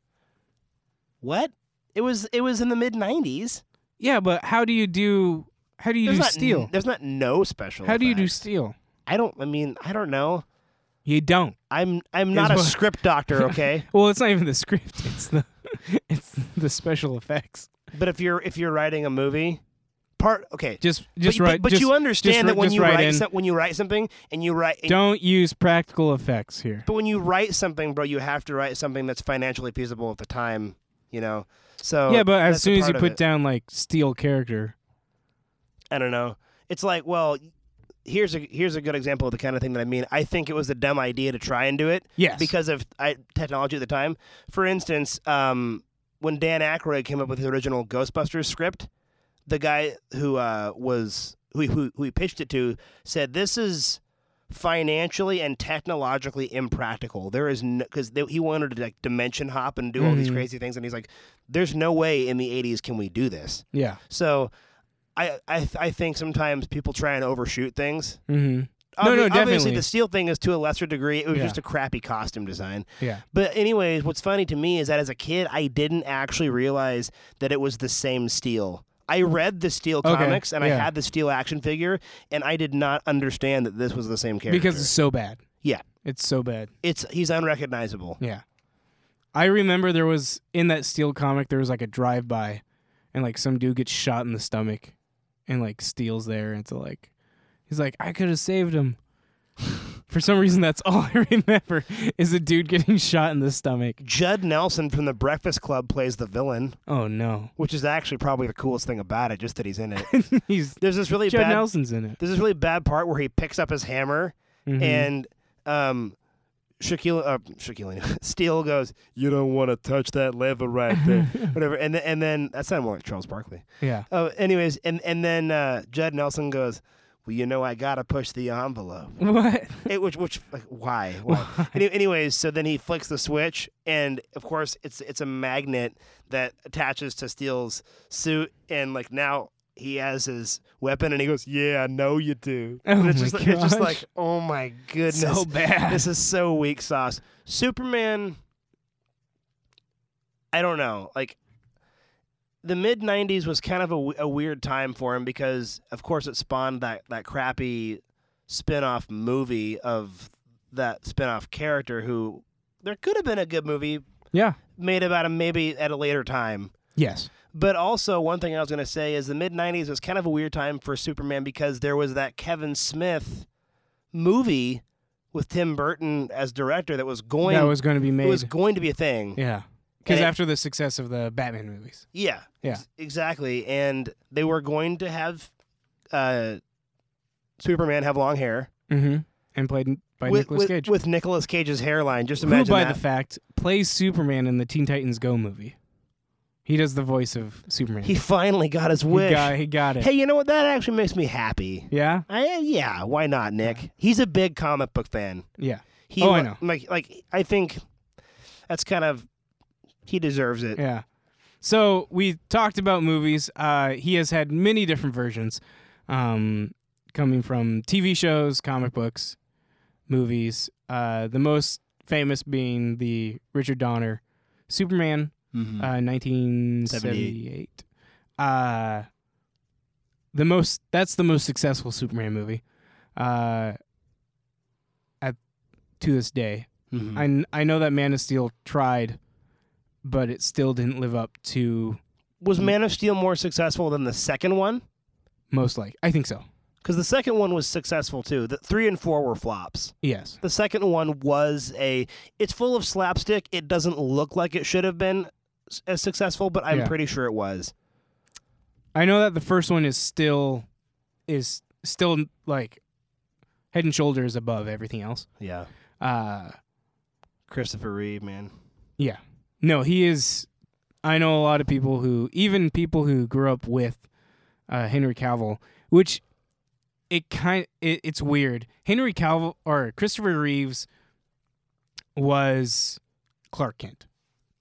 What? It was it was in the mid '90s.
Yeah, but how do you do? How do you
There's
do
not
steel?
there's not no special.
How do you do
effects.
steel?
I don't. I mean, I don't know.
You don't.
I'm I'm not a
There's one-
script doctor, okay?
Well, it's not even the script. It's the it's the special effects.
but if you're if you're writing a movie, part okay.
Just
But-
just
but,
write.
But
just-
you understand
just-
that when
just
you
write
write
in.
some- when you write something and you write. and-
don't use practical effects here.
but when you write something, bro, you have to write something that's financially feasible at the time. you know. So
yeah, but as
oh, that's a
soon as you
part of
put
it.
down like steel character,
I don't know. It's like, well, here's a here's a good example of the kind of thing that I mean. I think it was a dumb idea to try and do it
yes,
because of I, technology at the time. For instance, um, when Dan Aykroyd came up with the original Ghostbusters script, the guy who uh, was who, he- who who he pitched it to said, "This is." Financially and technologically impractical. There is no because he wanted to like dimension hop and do all these
Mhm.
crazy things, and he's like, "There's no way in the '80s can we do this."
yeah,
So, I I, th- I think sometimes people try and overshoot things.
hmm No, no,
Obviously,
definitely.
the steel thing is to a lesser degree. It was
Yeah.
just a crappy costume design.
yeah,
But anyways, what's funny to me is that as a kid, I didn't actually realize that it was the same steel. I read the steel
Okay,
comics and I
yeah.
had the steel action figure, and I did not understand that this was the same character.
because it's so bad.
Yeah.
it's so bad.
it's he's unrecognizable.
Yeah. I remember there was in that steel comic there was like a drive by and like some dude gets shot in the stomach and like steals there and so like he's like, I could have saved him. For some reason that's all I remember is a dude getting shot in the stomach.
Judd Nelson from The Breakfast Club plays the villain,
Oh no.
which is actually probably the coolest thing about it, just that he's in it.
he's
There's this really
Judd
bad
Nelson's in it.
there's this really bad part where he picks up his hammer
Mhm.
and um Shaquille uh, Shaquille Steele goes, "You don't want to touch that lever right there." Whatever. And then, and then that sounded more like Charles Barkley.
yeah.
Oh, anyways, and and then uh, Judd Nelson goes, "Well, you know I got to push the envelope."
What?
It, which which like why? Why? Any, anyways, so then he flicks the switch and of course it's it's a magnet that attaches to Steele's suit and like now he has his weapon and he goes, "Yeah, I know you do."
Oh
and it's
my
just like, it's just
gosh.
like, "Oh my goodness."
So bad.
This is so weak sauce. Superman I don't know. Like the mid 90s was kind of a, w- a weird time for him because of course it spawned that that crappy spin-off movie of that spin-off character who there could have been a good movie
Yeah.
made about him maybe at a later time.
Yes.
But also, one thing I was going to say is the mid 90s was kind of a weird time for Superman because there was that Kevin Smith movie with Tim Burton as director that was going
that was going to be
it
made.
was going to be a thing.
yeah. Cuz
And it-
after the success of the Batman movies.
Yeah.
Yeah.
ex- exactly. And they were going to have uh, Superman have long hair
Mhm. And played by
Mm-hmm. with,
Nicolas
with,
Cage.
with Nicolas Cage's hairline. Just
who,
imagine
by
that.
the fact, plays Superman in the Teen Titans Go movie. He does the voice of Superman.
he finally got his
He
wish.
got, he got it.
Hey, you know what? That actually makes me happy.
Yeah,
I, yeah, why not, Nick? He's a big comic book fan.
yeah,
He,
Oh, I
li-
know.
Like, like I think that's kind of he deserves it.
yeah. So we talked about movies. Uh, he has had many different versions, um, coming from TV shows, comic books, movies. Uh, the most famous being the Richard Donner Superman uh, 1978. Uh, the most that's the most successful Superman movie, uh, at to this day.
Mhm.
I kn- I know that Man of Steel tried, but it still didn't live up to
Was Man of Steel more successful than the second one?
most like. I think so.
Because the second one was successful too. The three and four were flops.
Yes.
The second one was a. It's full of slapstick. It doesn't look like it should have been s- as successful, but I'm
Yeah.
pretty sure it was.
I know that the first one is still is still like head and shoulders above everything else.
Yeah,
Uh
Christopher Reeve, man.
Yeah. No, he is. I know a lot of people who, even people who grew up with uh, Henry Cavill, which it kind it, it's weird. Henry Cavill or Christopher Reeves was Clark Kent.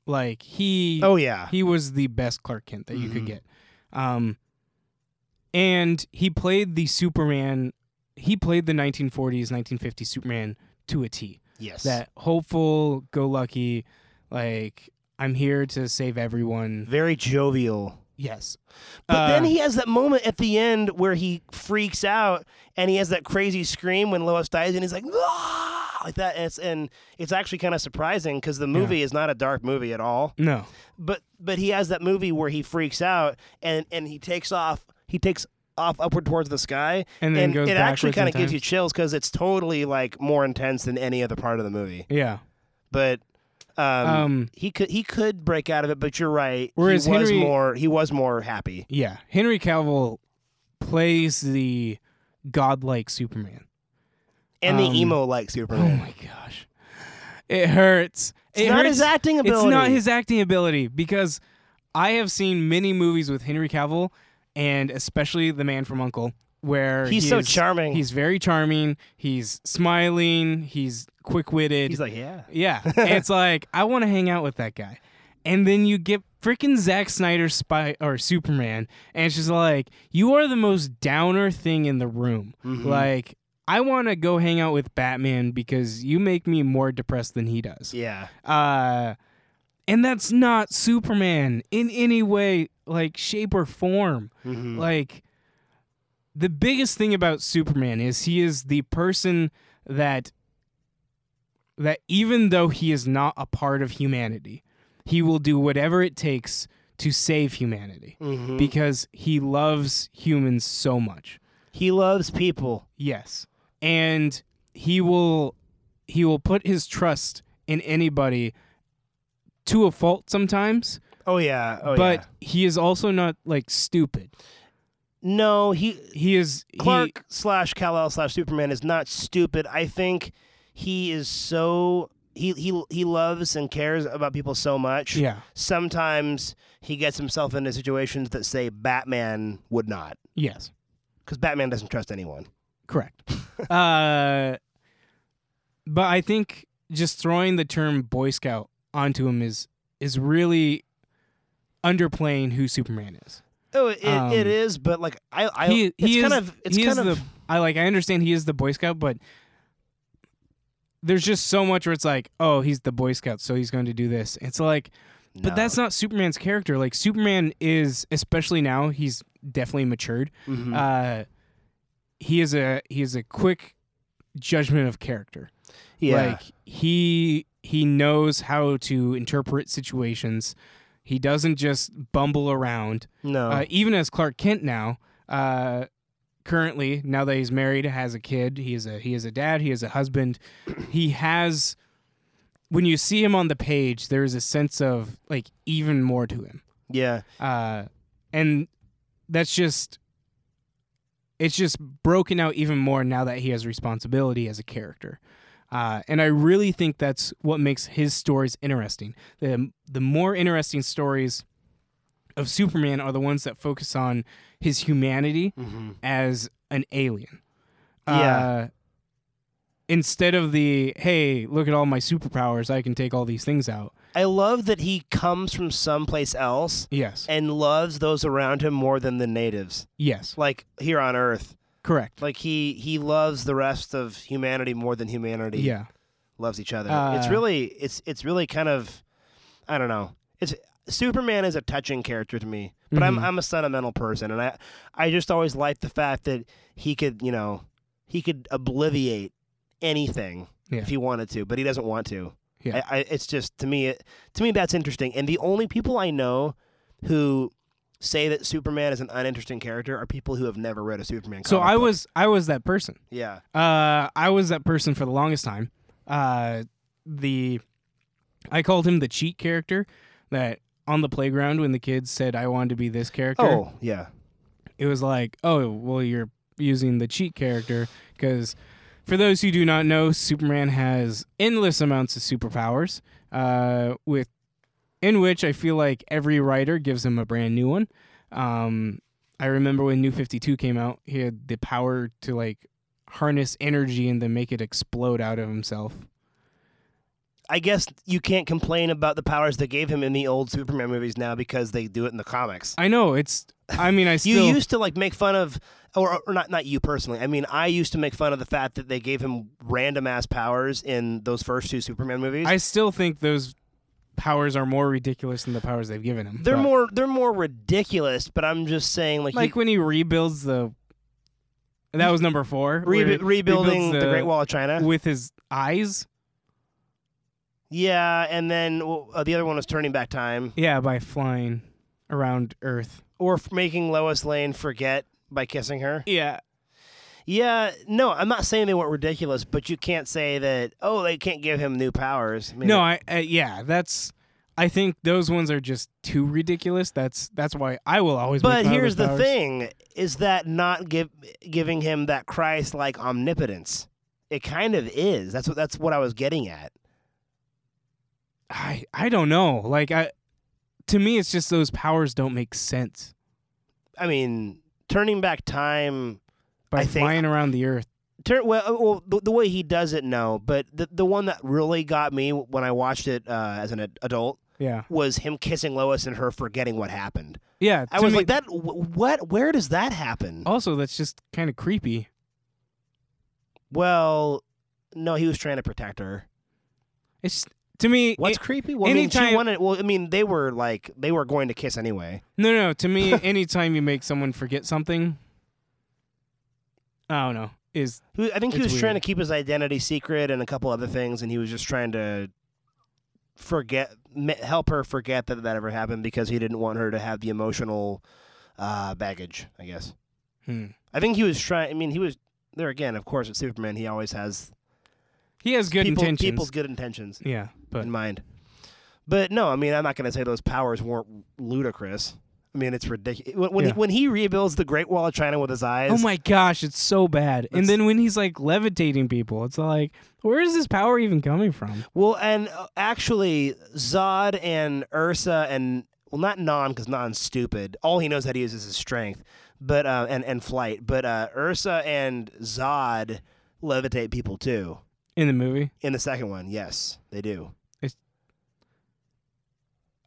Like he
Oh yeah,
he was the best Clark Kent that you
Mhm.
could get. Um, and he played the Superman. He played the 1940s, 1950s Superman to a T
yes.
that hopeful, go lucky, like I'm here to save everyone.
very jovial.
Yes.
But then
Uh,
he has that moment at the end where he freaks out and he has that crazy scream when Lois dies, and he's like, "Ah!" like that. And it's, and it's actually kind of surprising because the movie is not a dark movie at all.
no.
But but he has that movie where he freaks out and and he takes off. He takes off upward towards the sky,
And then goes
it actually
backwards in
kind of gives
time.
you chills because it's totally like more intense than any other part of the movie.
Yeah.
But Um,
Um,
he could he could break out of it, but you're right.
Whereas
he was
Henry-
more he was more happy.
Yeah, Henry Cavill plays the godlike Superman.
And
Um,
the emo like
Oh
Superman.
my gosh, it hurts.
it's
it
not
hurts.
his acting ability.
It's not his acting ability because I have seen many movies with Henry Cavill, and especially The Man from Uncle, where
He's
he
so
is-
charming.
He's very charming. He's smiling. He's quick witted.
He's like, yeah.
yeah, And it's like I want to hang out with that guy, and then you get freaking Zack Snyder's spy or Superman, and it's just like you are the most downer thing in the room.
Mhm.
Like I want to go hang out with Batman because you make me more depressed than he does.
Yeah.
Uh, and that's not Superman in any way, like shape or form.
Mhm.
Like the biggest thing about Superman is he is the person that that even though he is not a part of humanity, he will do whatever it takes to save humanity
Mhm.
because he loves humans so much.
he loves people.
Yes. And he will he will put his trust in anybody to a fault sometimes,
Oh yeah. Oh
but
yeah.
he is also not like stupid.
No, he
He is he-
Clark slash Kal El slash Superman is not stupid. I think he is so he he he loves and cares about people so much.
yeah.
Sometimes he gets himself into situations that say Batman would not,
Yes.
because Batman doesn't trust anyone.
Correct. uh but I think just throwing the term boy scout onto him is is really underplaying who Superman is.
Oh, it, it
Um,
is, but like I, I
he,
it's
he
kind
is,
of it's
he
kind
is
of
the I like I understand he is the Boy Scout, but there's just so much where it's like, oh, he's the Boy Scout, so he's going to do this. It's like, but
No.
that's not Superman's character. Like Superman is, especially now, he's definitely matured.
Mhm.
Uh, he is a he is a quick judgment of character.
yeah.
Like he he knows how to interpret situations. He doesn't just bumble around
no,
uh, even as Clark Kent now. Uh, currently, now that he's married, has a kid, he is a he is a dad, he is a husband. he has. When you see him on the page, there is a sense of like even more to him,
yeah.
uh, and that's just. It's just broken out even more now that he has responsibility as a character. Uh, and I really think that's what makes his stories interesting. The, the more interesting stories of Superman are the ones that focus on his humanity
hmm
as an alien.
Yeah.
Uh, instead of the, hey, look at all my superpowers, I can take all these things out.
I love that he comes from someplace else
Yes.
and loves those around him more than the natives,
Yes.
like here on Earth.
Correct.
Like he he loves the rest of humanity more than humanity
Yeah.
loves each other. it's
Uh,
really it's it's really kind of I don't know. It's Superman is a touching character to me, but
Mhm.
I'm I'm a sentimental person, and I I just always liked the fact that he could you know he could obliviate anything
Yeah.
if he wanted to, but he doesn't want to.
Yeah.
I, I, it's just to me it, to me that's interesting, and the only people I know who say that Superman is an uninteresting character are people who have never read a Superman.
So
comic
I
book.
was I was that person.
yeah
Uh, I was that person for the longest time. Uh, the I called him the cheat character that on the playground when the kids said I wanted to be this character.
oh yeah
it was like, oh, well, you're using the cheat character because, for those who do not know, Superman has endless amounts of superpowers. Uh, with in which I feel like every writer gives him a brand new one. Um, I remember when New Fifty Two came out, he had the power to like harness energy and then make it explode out of himself.
I guess you can't complain about the powers they gave him in the old Superman movies now because they do it in the comics.
I know it's. I mean, I
You
still.
used to like make fun of, or, or not, not you personally. I mean, I used to make fun of the fact that they gave him random ass powers in those first two Superman movies.
I still think those powers are more ridiculous than the powers they've given him.
they're
but-
more, they're more ridiculous. But I'm just saying, like,
like
he-
when he rebuilds the that was number four
re-
where he
rebuilding
rebuilds
the Great Wall of China.
with his eyes
yeah, and then well, uh, the other one was turning back time
yeah by flying around earth
or f- making Lois Lane forget by kissing her.
yeah
Yeah, no, I'm not saying they weren't ridiculous, but you can't say that. Oh, they can't give him new powers. I mean,
No, I, I yeah, that's. I think those ones are just too ridiculous. That's that's why I will always. make
But
fun of
here's
those
the
powers.
thing: is that not give, giving him that Christ-like omnipotence? It kind of is. That's what that's what I was getting at.
I I don't know. Like I, to me, it's just those powers don't make sense
I mean, turning back time.
by
I think-
flying around the earth.
Turn, well, uh, well the, the way he does it, no. But the the one that really got me when I watched it uh, as an ad- adult
Yeah,
was him kissing Lois and her forgetting what happened.
yeah.
I
to
was
me-
like, that. wh- What? Where does that happen?
Also, that's just kind of creepy.
Well, no, he was trying to protect her.
It's to me.
What's
it-
creepy? Well, I mean, she
anytime-
wanted. Well, I mean, they were like they were going to kiss anyway.
no, no. To me, anytime you make someone forget something, I don't know. Is
He- I think he
It's
was trying to
weird.
keep his identity secret and a couple other things, and he was just trying to forget, me- help her forget that that ever happened because he didn't want her to have the emotional uh, baggage. I guess.
hmm.
I think he was trying. I mean, he was there again. Of course, with Superman, he always has
he has good
people,
intentions.
people's good intentions
yeah, but
in mind. But no, I mean, I'm not going to say those powers weren't ludicrous. I mean, it's ridiculous. When, when,
Yeah.
he, when he rebuilds the Great Wall of China with his eyes,
oh my gosh, it's so bad.
That's-
And then when he's like levitating people, it's like, where is this power even coming from?
Well, and uh, actually, Zod and Ursa and well, not Non because Non's stupid. All he knows how to use is his strength, but uh, and and flight. But uh, Ursa and Zod levitate people too.
In the movie,
In the second one, yes, they do.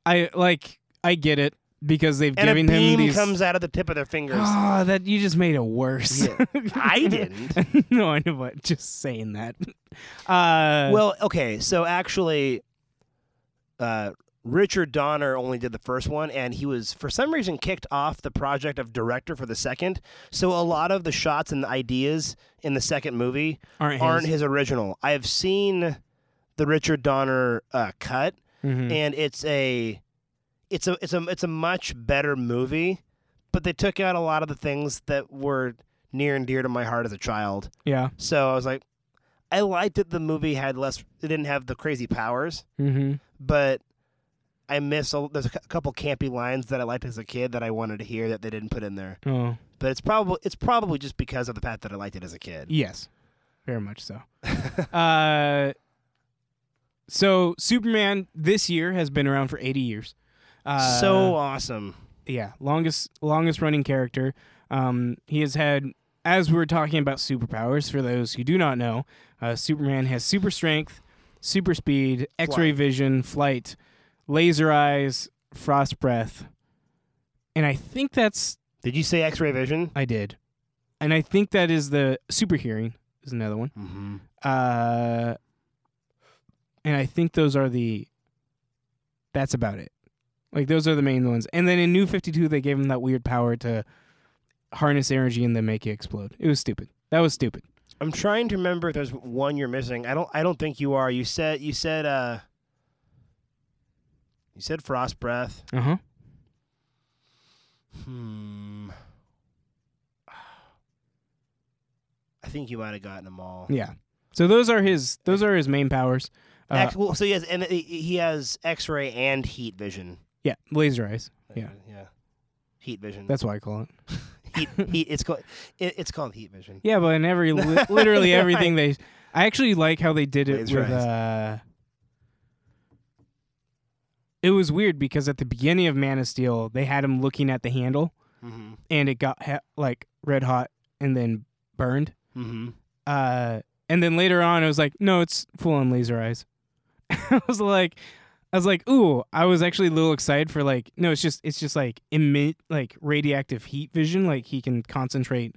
I like I get it because they've
And a
given him
beam
these.
comes out of the tip of their fingers.
Ah, that you just made it worse.
Yeah. I didn't.
no, I know what. Just saying that. Uh,
Well, okay, so actually, uh, Richard Donner only did the first one, and he was for some reason kicked off the project of director for the second. So a lot of the shots and the ideas in the second movie
aren't,
aren't his original. I have seen the Richard Donner uh, cut,
Mhm.
and it's a, it's a, it's a, it's a much better movie, but they took out a lot of the things that were near and dear to my heart as a child.
Yeah.
So I was like, I liked that the movie had less. It didn't have the crazy powers,
Mm-hmm.
but I missed. A, there's a cou- couple campy lines that I liked as a kid that I wanted to hear that they didn't put in there.
Oh,
But it's probably it's probably just because of the fact that I liked it as a kid.
yes, very much so. uh, so Superman this year has been around for 80 years. Uh,
so awesome.
yeah, longest longest running character. Um, he has had, as we were talking about superpowers, for those who do not know, uh, Superman has super strength, super speed, X-ray
Flight.
vision, flight, laser eyes, frost breath, and I think that's
Did you say X-ray vision?
I did, and I think that is the super hearing is another one.
Mm-hmm.
Uh, and I think those are the. That's about it. Like those are the main ones. And then in New Fifty Two, they gave him that weird power to harness energy and then make it explode. It was stupid. That was stupid.
I'm trying to remember if there's one you're missing. I don't. I don't think you are. You said. You said. uh You said frost breath.
Uh huh.
Hmm. I think you might have gotten them all.
Yeah. So those are his. Those are his main powers. Uh,
X, well, so he has, and he- he has X-ray and heat vision.
yeah, laser eyes. Yeah.
yeah. Heat vision.
That's what I call it.
heat. heat it's called. It, it's called heat vision.
Yeah, but in every li- literally everything they, I actually like how they did it
Laser
with.
eyes.
Uh, it was weird because at the beginning of Man of Steel, they had him looking at the handle,
Mm-hmm.
and it got ha- like red hot and then burned.
Mm-hmm.
Uh, and then later on, it was like, no, it's full on laser eyes. I was like, I was like, ooh, I was actually a little excited for like, no, it's just, it's just like emit like radioactive heat vision, like he can concentrate.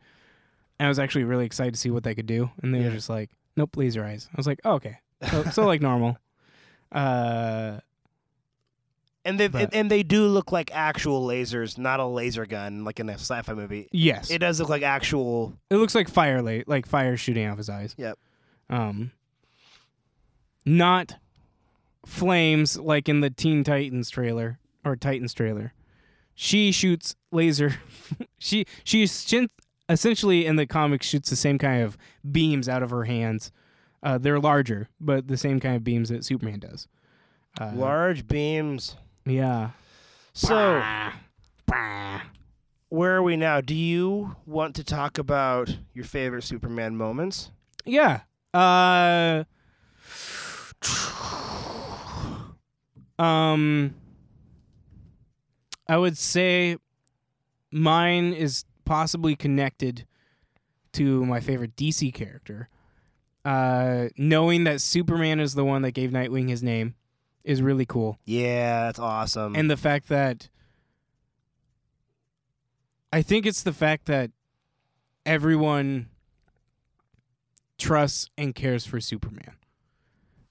And I was actually really excited to see what they could do, and they
Yeah.
were just like, nope, laser eyes. I was like, oh, okay, so, so like normal. Uh,
And they and,
But-
and they do look like actual lasers, not a laser gun like in a sci-fi movie.
yes,
It
it,
does look like actual.
looks like fire, la- like fire shooting out of his eyes.
Yep.
Um, not flames like in the Teen Titans trailer or Titans trailer. She shoots laser. she she shin- essentially in the comics shoots the same kind of beams out of her hands. Uh, they're larger, but the same kind of beams that Superman does. Uh,
Large beams.
yeah.
So,
Bah. Bah.
where are we now? Do you want to talk about your favorite Superman moments?
Yeah. Uh Um I would say mine is possibly connected to my favorite DC character. Uh knowing that Superman is the one that gave Nightwing his name is really cool
Yeah, that's awesome.
and the fact that I think it's the fact that everyone trusts and cares for Superman.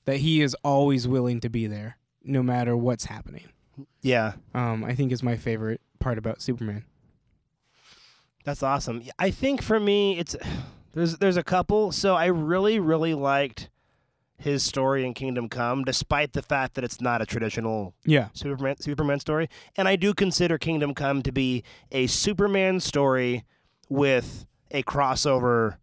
That he is always willing to be there, no matter what's happening.
yeah,
Um, I think is my favorite part about Superman.
that's awesome. I think for me, it's there's there's a couple. So I really really liked his story in Kingdom Come, despite the fact that it's not a traditional
Yeah.
Superman Superman story, and I do consider Kingdom Come to be a Superman story with a crossover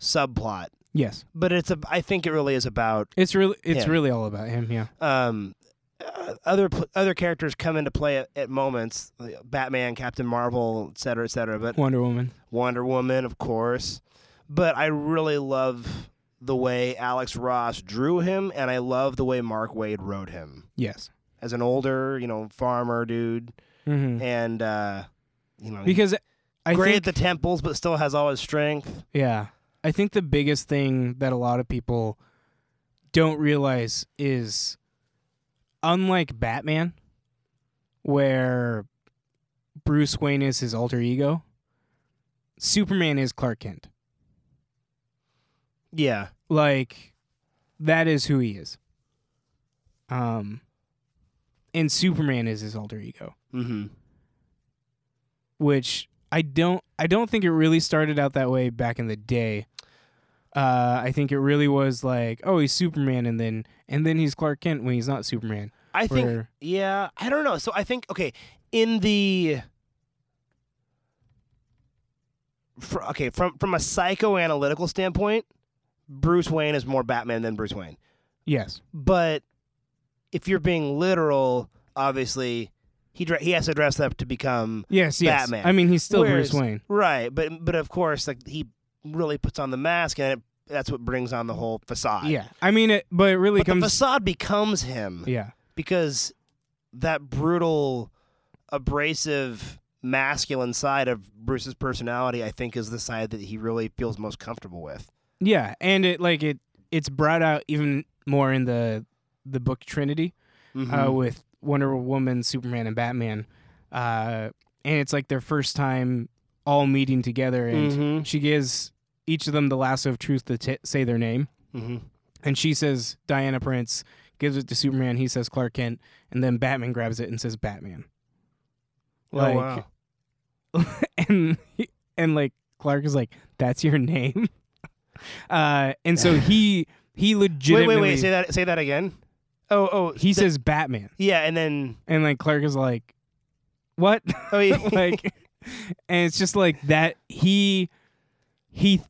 subplot.
Yes.
But it's a I think it really is about
It's really it's
Yeah.
really all about him. Yeah.
um, uh, other pl- other characters come into play at, at moments, like Batman, Captain Marvel, et cetera, et cetera. But
Wonder Woman.
Wonder Woman, of course. But I really love the way Alex Ross drew him, and I love the way Mark Wade wrote him
Yes.
as an older, you know, farmer dude,
hmm
and uh, you know,
Because I
great
think
at the temples, but still has all his strength.
Yeah. I think the biggest thing that a lot of people don't realize is unlike Batman, where Bruce Wayne is his alter ego, Superman is Clark Kent.
Yeah,
Like, that is who he is. Um, and Superman is his alter ego.
mm-hmm.
which I don't I don't think it really started out that way back in the day. Uh, I think it really was like, oh, he's Superman, and then and then he's Clark Kent when he's not Superman.
I think
Where-
Yeah, I don't know. So I think okay, in the fr okay from from a psychoanalytical standpoint, Bruce Wayne is more Batman than Bruce Wayne.
Yes,
But if you're being literal, obviously he dre- he has to dress up to become
yes, yes.
Batman.
I mean, he's still
Whereas-
Bruce Wayne.
right. But but of course, like he really puts on the mask, and it, that's what brings on the whole facade.
Yeah, I mean, it, but it really
but the
comes.
facade becomes him.
yeah,
because that brutal, abrasive, masculine side of Bruce's personality, I think, is the side that he really feels most comfortable with.
yeah, and it like it it's brought out even more in the the book Trinity.
Mm-hmm.
uh, with Wonder Woman, Superman, and Batman. Uh, and it's like their first time all meeting together, and
Mhm.
she gives each of them the lasso of truth to t- say their name.
hmm
And she says Diana Prince, gives it to Superman. He says Clark Kent, and then Batman grabs it and says Batman. Like,
oh, wow.
and and like Clark is like, that's your name. Uh, and so he he
Wait,
legitimately
wait, wait. Say that. Say that again. Oh, oh.
he
th-
says Batman,
Yeah, and then.
and like Clark is like, what?
Oh, yeah.
like and it's just like that he he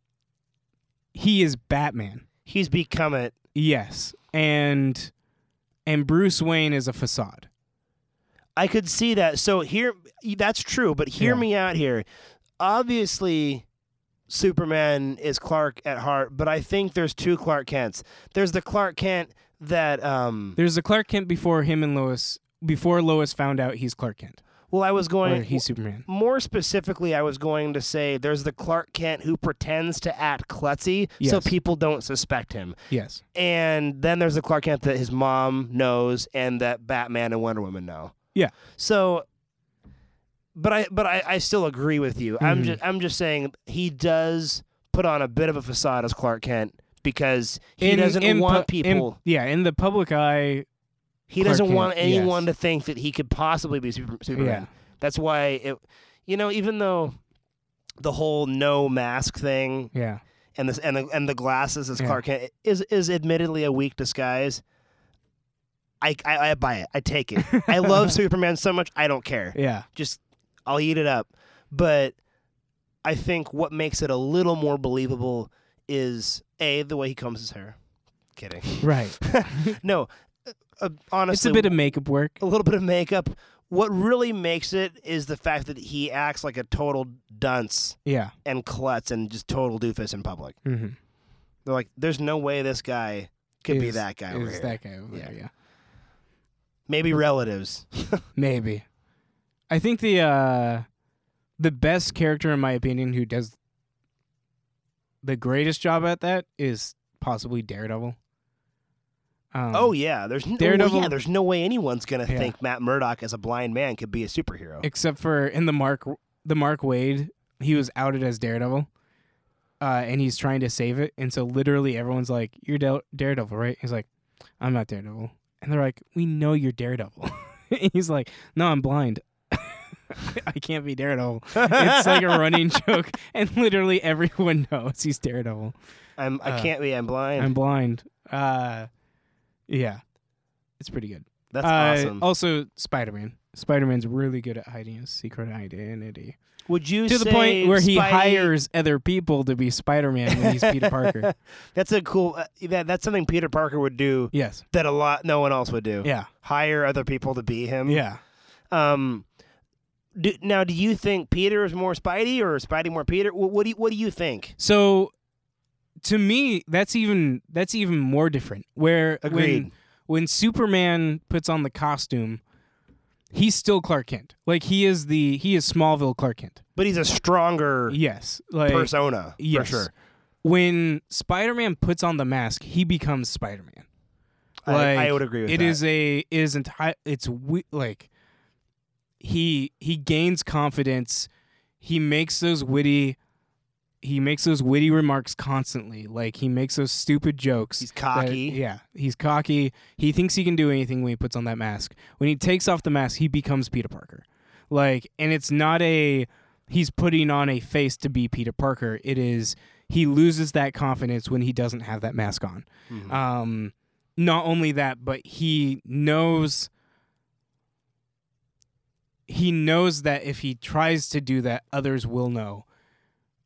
he is batman
he's become it.
yes and and bruce wayne is a facade
I could see that. So here, that's true. But hear
Yeah.
me out here. Obviously, Superman is Clark at heart, but I think there's two Clark Kents. There's the Clark Kent that um,
there's the clark kent before him and lois before lois found out he's clark kent
Well, I was
or
going
he's superman
more specifically. I was going to say there's the Clark Kent who pretends to act klutzy so
Yes.
people don't suspect him,
yes
and then there's the Clark Kent that his mom knows and that Batman and Wonder Woman know.
Yeah.
So, but I but I, I still agree with you. I'm
Mhm.
just I'm just saying he does put on a bit of a facade as Clark Kent because he
In-
doesn't
in pu-
want
in-
people.
yeah in the public eye
He
Clark
doesn't
Kent,
want anyone
yes.
to think that he could possibly be Super- Superman.
Yeah.
That's why it, you know, even though the whole no mask thing
yeah
and this and the, and the glasses as
Yeah.
Clark Kent is is admittedly a weak disguise. I, I, I buy it. I take it. I love Superman so much. I don't care.
yeah
Just I'll eat it up. But I think what makes it a little more believable is a the way he combs his hair. Kidding.
Right.
No, uh, honestly,
It's a bit of makeup work.
a little bit of makeup. What really makes it is the fact that he acts like a total dunce
Yeah.
and klutz and just total doofus in public.
Mm-hmm.
They're like, there's no way this guy could be that guy. Over
Is
here.
that guy over there,
Yeah.
yeah.
Maybe relatives.
Um, Maybe. I think the uh the best character in my opinion who does the greatest job at that is possibly Daredevil. Um,
oh yeah, there's no, well, yeah,
Daredevil-
there's no way anyone's gonna
Yeah.
think Matt Murdock as a blind man could be a superhero.
except for in the Mark the Mark Wade, he was outed as Daredevil, uh, and he's trying to save it. And so literally everyone's like, "You're Del- Daredevil, right?" He's like, "I'm not Daredevil," and they're like, "We know you're Daredevil." And he's like, "No, I'm blind. I can't be Daredevil." It's like a running joke, and literally everyone knows he's Daredevil.
I'm, I
uh,
can't be. I'm blind.
I'm blind. Uh, yeah, it's pretty good.
That's
Uh,
awesome.
Also, Spider Man. Spider Man's really good at hiding his secret identity
Would you
to the
say
point where he
Spidey-
hires other people to be Spider-Man when he's Peter Parker.
That's a cool. Uh, that, that's something Peter Parker would do
Yes.
that a lot no one else would do.
Yeah.
Hire other people to be him.
Yeah.
Um. Do, now, do you think Peter is more Spidey or Spidey more Peter? What, what do you What do you think?
So to me, that's even that's even more different. Where
Agreed.
when when Superman puts on the costume, he's still Clark Kent. Like he is the he is Smallville Clark Kent.
But he's a stronger
Yes. Like
persona
yes.
for sure.
When Spider-Man puts on the mask, he becomes Spider-Man. Like,
I, I would agree with
It
that.
is a it is enti- it's we- like he he gains confidence he makes those witty he makes those witty remarks constantly like he makes those stupid jokes
He's
that-
cocky.
yeah he's cocky he thinks he can do anything when he puts on that mask when he takes off the mask he becomes peter parker like and it's not a he's putting on a face to be peter parker it is he loses that confidence when he doesn't have that mask on
Mhm.
um, not only that, but he knows he knows that if he tries to do that, others will know.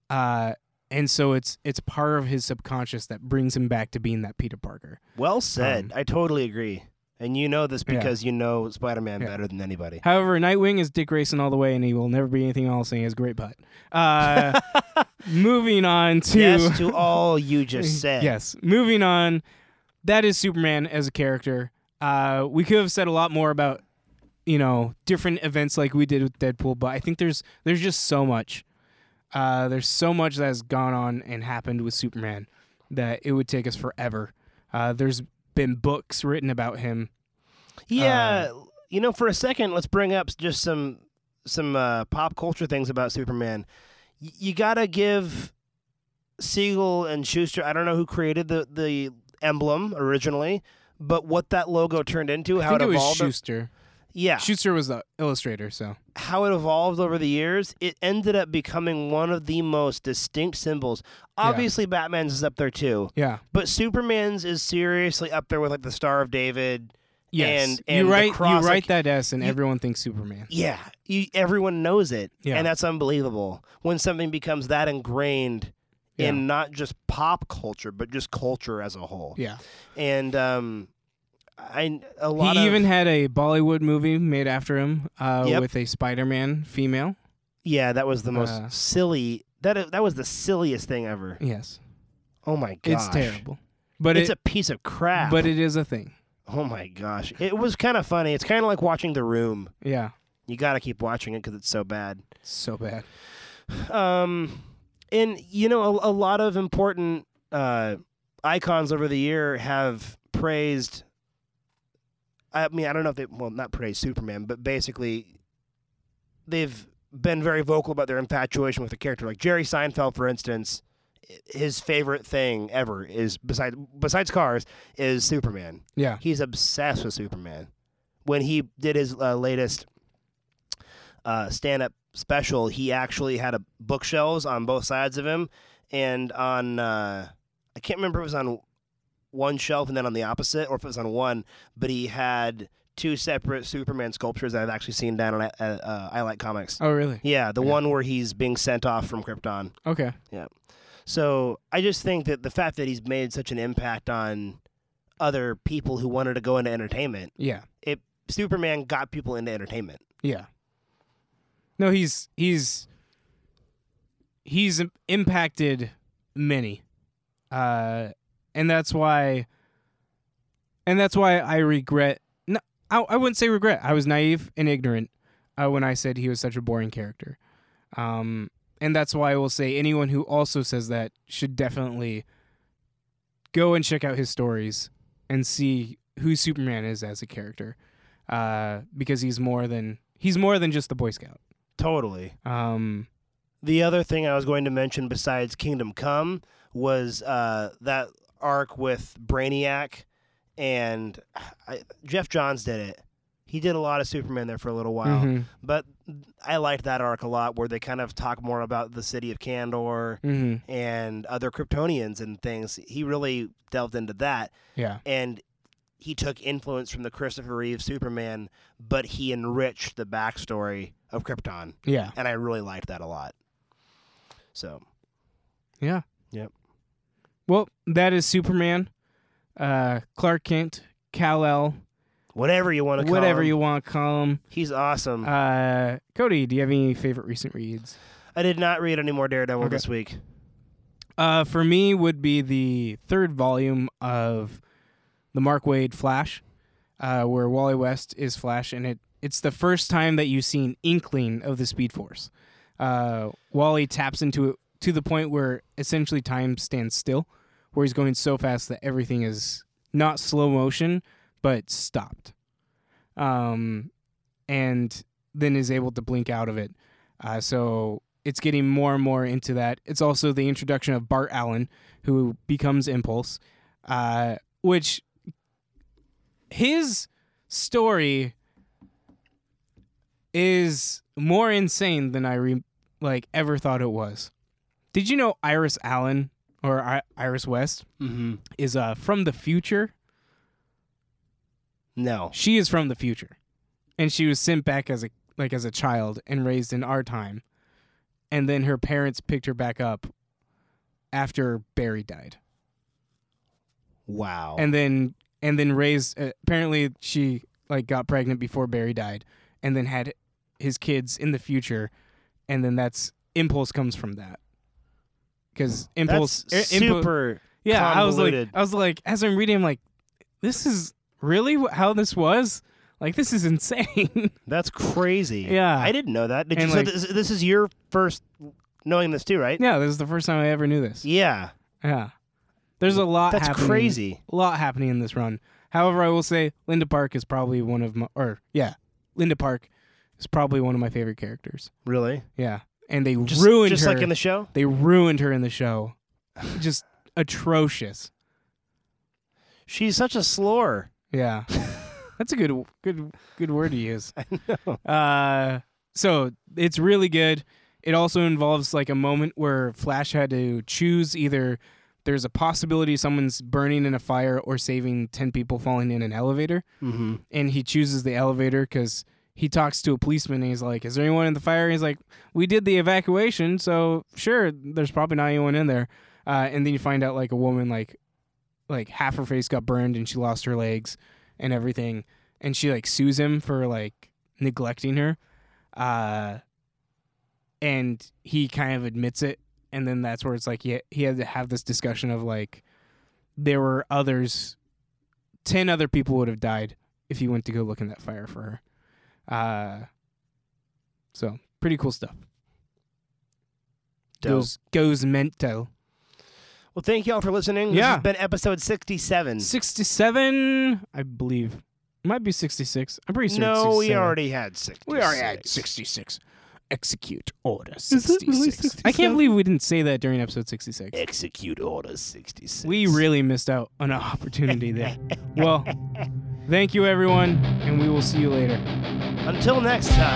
Uh, and so it's it's part of his subconscious that brings him back to being that Peter Parker.
well said.
um,
I totally agree. And you know this
Yeah.
because you know Spider-Man
Yeah.
better than anybody.
However, Nightwing is Dick Grayson all the way, and he will never be anything else, and he has a great butt. Uh, moving on to
yes to all you just said.
Yes. Moving on. That is Superman as a character. Uh, we could have said a lot more about, you know, different events like we did with Deadpool, but I think there's there's just so much. Uh, there's so much that has gone on and happened with Superman that it would take us forever. Uh, there's been books written about him.
Yeah,
uh,
you know, for a second, let's bring up just some some uh, pop culture things about Superman. Y- you gotta give Siegel and Schuster. I don't know who created the the emblem originally, but what that logo turned into,
I
how
think
it
it was
evolved.
Schuster.
yeah,
Schuster was the illustrator, so
how it evolved over the years. It ended up becoming one of the most distinct symbols. Obviously, Batman's is up there too,
yeah.
but Superman's is seriously up there with like the Star of David.
Yes.
And- and
you
the
write
cross,
you
like-
write that S, and
you-
everyone thinks Superman.
Yeah, you, everyone knows it,
Yeah.
and that's unbelievable. When something becomes that ingrained
Yeah.
in not just pop culture, but just culture as a whole,
Yeah.
and um, I a lot
He
of
even had a Bollywood movie made after him uh,
Yep.
with a Spider-Man female.
yeah, that was the most
Uh,
silly. That that was the silliest thing ever.
Yes,
Oh my gosh,
Mm. it's terrible, but
it's
it,
a piece of crap.
but it is a thing.
oh my gosh, it was kind of funny. It's kind of like watching The Room.
Yeah,
You got to keep watching it because it's so bad.
so bad.
Um, and you know, a, a lot of important uh, icons over the year have praised. I mean, I don't know if they well, not praised Superman, but basically, they've been very vocal about their infatuation with the character. Like Jerry Seinfeld, for instance, i- his favorite thing ever is besides besides cars is Superman.
Yeah,
He's obsessed with Superman. When he did his uh, latest uh, stand up special, he actually had a bookshelves on both sides of him, and on uh, I can't remember if it was on one shelf and then on the opposite, or if it was on one, but he had two separate Superman sculptures that I've actually seen down on uh, uh, I Like Comics.
Oh, really?
Yeah, the
Okay.
one where he's being sent off from Krypton.
Okay.
So I just think that the fact that he's made such an impact on other people who wanted to go into entertainment,
Yeah.
Superman got people into entertainment.
Yeah. No, he's he's he's im- impacted many, uh, and that's why, and that's why I regret. No, I, I wouldn't say regret. I was naive and ignorant uh, when I said he was such a boring character, um, and that's why I will say anyone who also says that should definitely go and check out his stories and see who Superman is as a character uh, because he's more than he's more than just the Boy Scout.
Totally.
Um,
The other thing I was going to mention besides Kingdom Come was uh, that arc with Brainiac and I, Jeff Johns did it. He did a lot of Superman there for a little while,
mhm,
but I liked that arc a lot where they kind of talk more about the city of Kandor
mhm,
and other Kryptonians and things. He really delved into that,
yeah,
and he took influence from the Christopher Reeve Superman, but he enriched the backstory of Krypton,
yeah,
and I really liked that a lot. So
yeah.
Yep.
Well, that is Superman, uh, Clark Kent, Kal El,
whatever you want to call
whatever
him, Mm.
you want to call him.
he's awesome.
Uh, Cody, do you have any favorite recent reads?
I did not read any more Daredevil
Okay.
this week.
Uh, for me, would be the third volume of the Mark Wade Flash, uh, where Wally West is Flash, and it it's the first time that you see an inkling of the Speed Force. Uh, Wally taps into it to the point where essentially time stands still, where he's going so fast that everything is not slow motion but stopped, um, and then is able to blink out of it. Uh, so it's getting more and more into that. It's also the introduction of Bart Allen, who becomes Impulse, uh, which his story is more insane than I re- like ever thought it was. Did you know Iris Allen or I- Iris West
Mm-hmm.
is uh, from the future?
No,
She is from the future, and she was sent back as a like as a child and raised in our time, and then her parents picked her back up after Barry died,
wow.
and then and then raised. Uh, apparently, she like got pregnant before Barry died, and then had his kids in the future, and then that's impulse comes from that. Because impulse,
That's
i- Impu-
super.
yeah,
convoluted.
I was like, I was like, as I'm reading, I'm like, this is really wh- how this was. Like, this is insane.
That's crazy.
Yeah.
I didn't know that. Did
And
you?
like-
so this, this is your first knowing this too, right?
yeah, this is the first time I ever knew this.
Yeah.
Yeah, there's a lot.
That's
happening-
crazy.
A lot happening in this run. However, I will say Linda Park is probably one of my, or yeah, Linda Park is probably one of my favorite characters.
Really?
Yeah, and they
Just,
ruined
just
her.
like in the show?
they ruined her in the show. Just atrocious.
She's such a slore.
Yeah. That's a good good good word to use.
I know.
Uh so it's really good. It also involves like a moment where Flash had to choose either there's a possibility someone's burning in a fire or saving 10 people falling in an elevator
Mm-hmm.
and he chooses the elevator cuz he talks to a policeman and he's like, "Is there anyone in the fire?" And he's like, "We did the evacuation, so sure, there's probably not anyone in there." Uh, and then you find out like a woman like like half her face got burned and she lost her legs and everything, and she like sues him for like neglecting her, uh, and he kind of admits it, and then that's where it's like he he had to have this discussion of like there were others, ten other people would have died if he went to go look in that fire for her. Uh, so pretty cool stuff. Goes goes mental.
Well, thank you all for listening. This
Yeah.
has been episode 67.
Sixty seven, I believe. Might be sixty six. I'm pretty sure. it's
no, we
67.
already had 66.
we already had sixty six. Execute order
it
sixty six.
really
I can't
67?
believe we didn't say that during episode sixty six.
Execute order 66.
We really missed out on an opportunity there. well, thank you everyone, and we will see you later.
Until next time.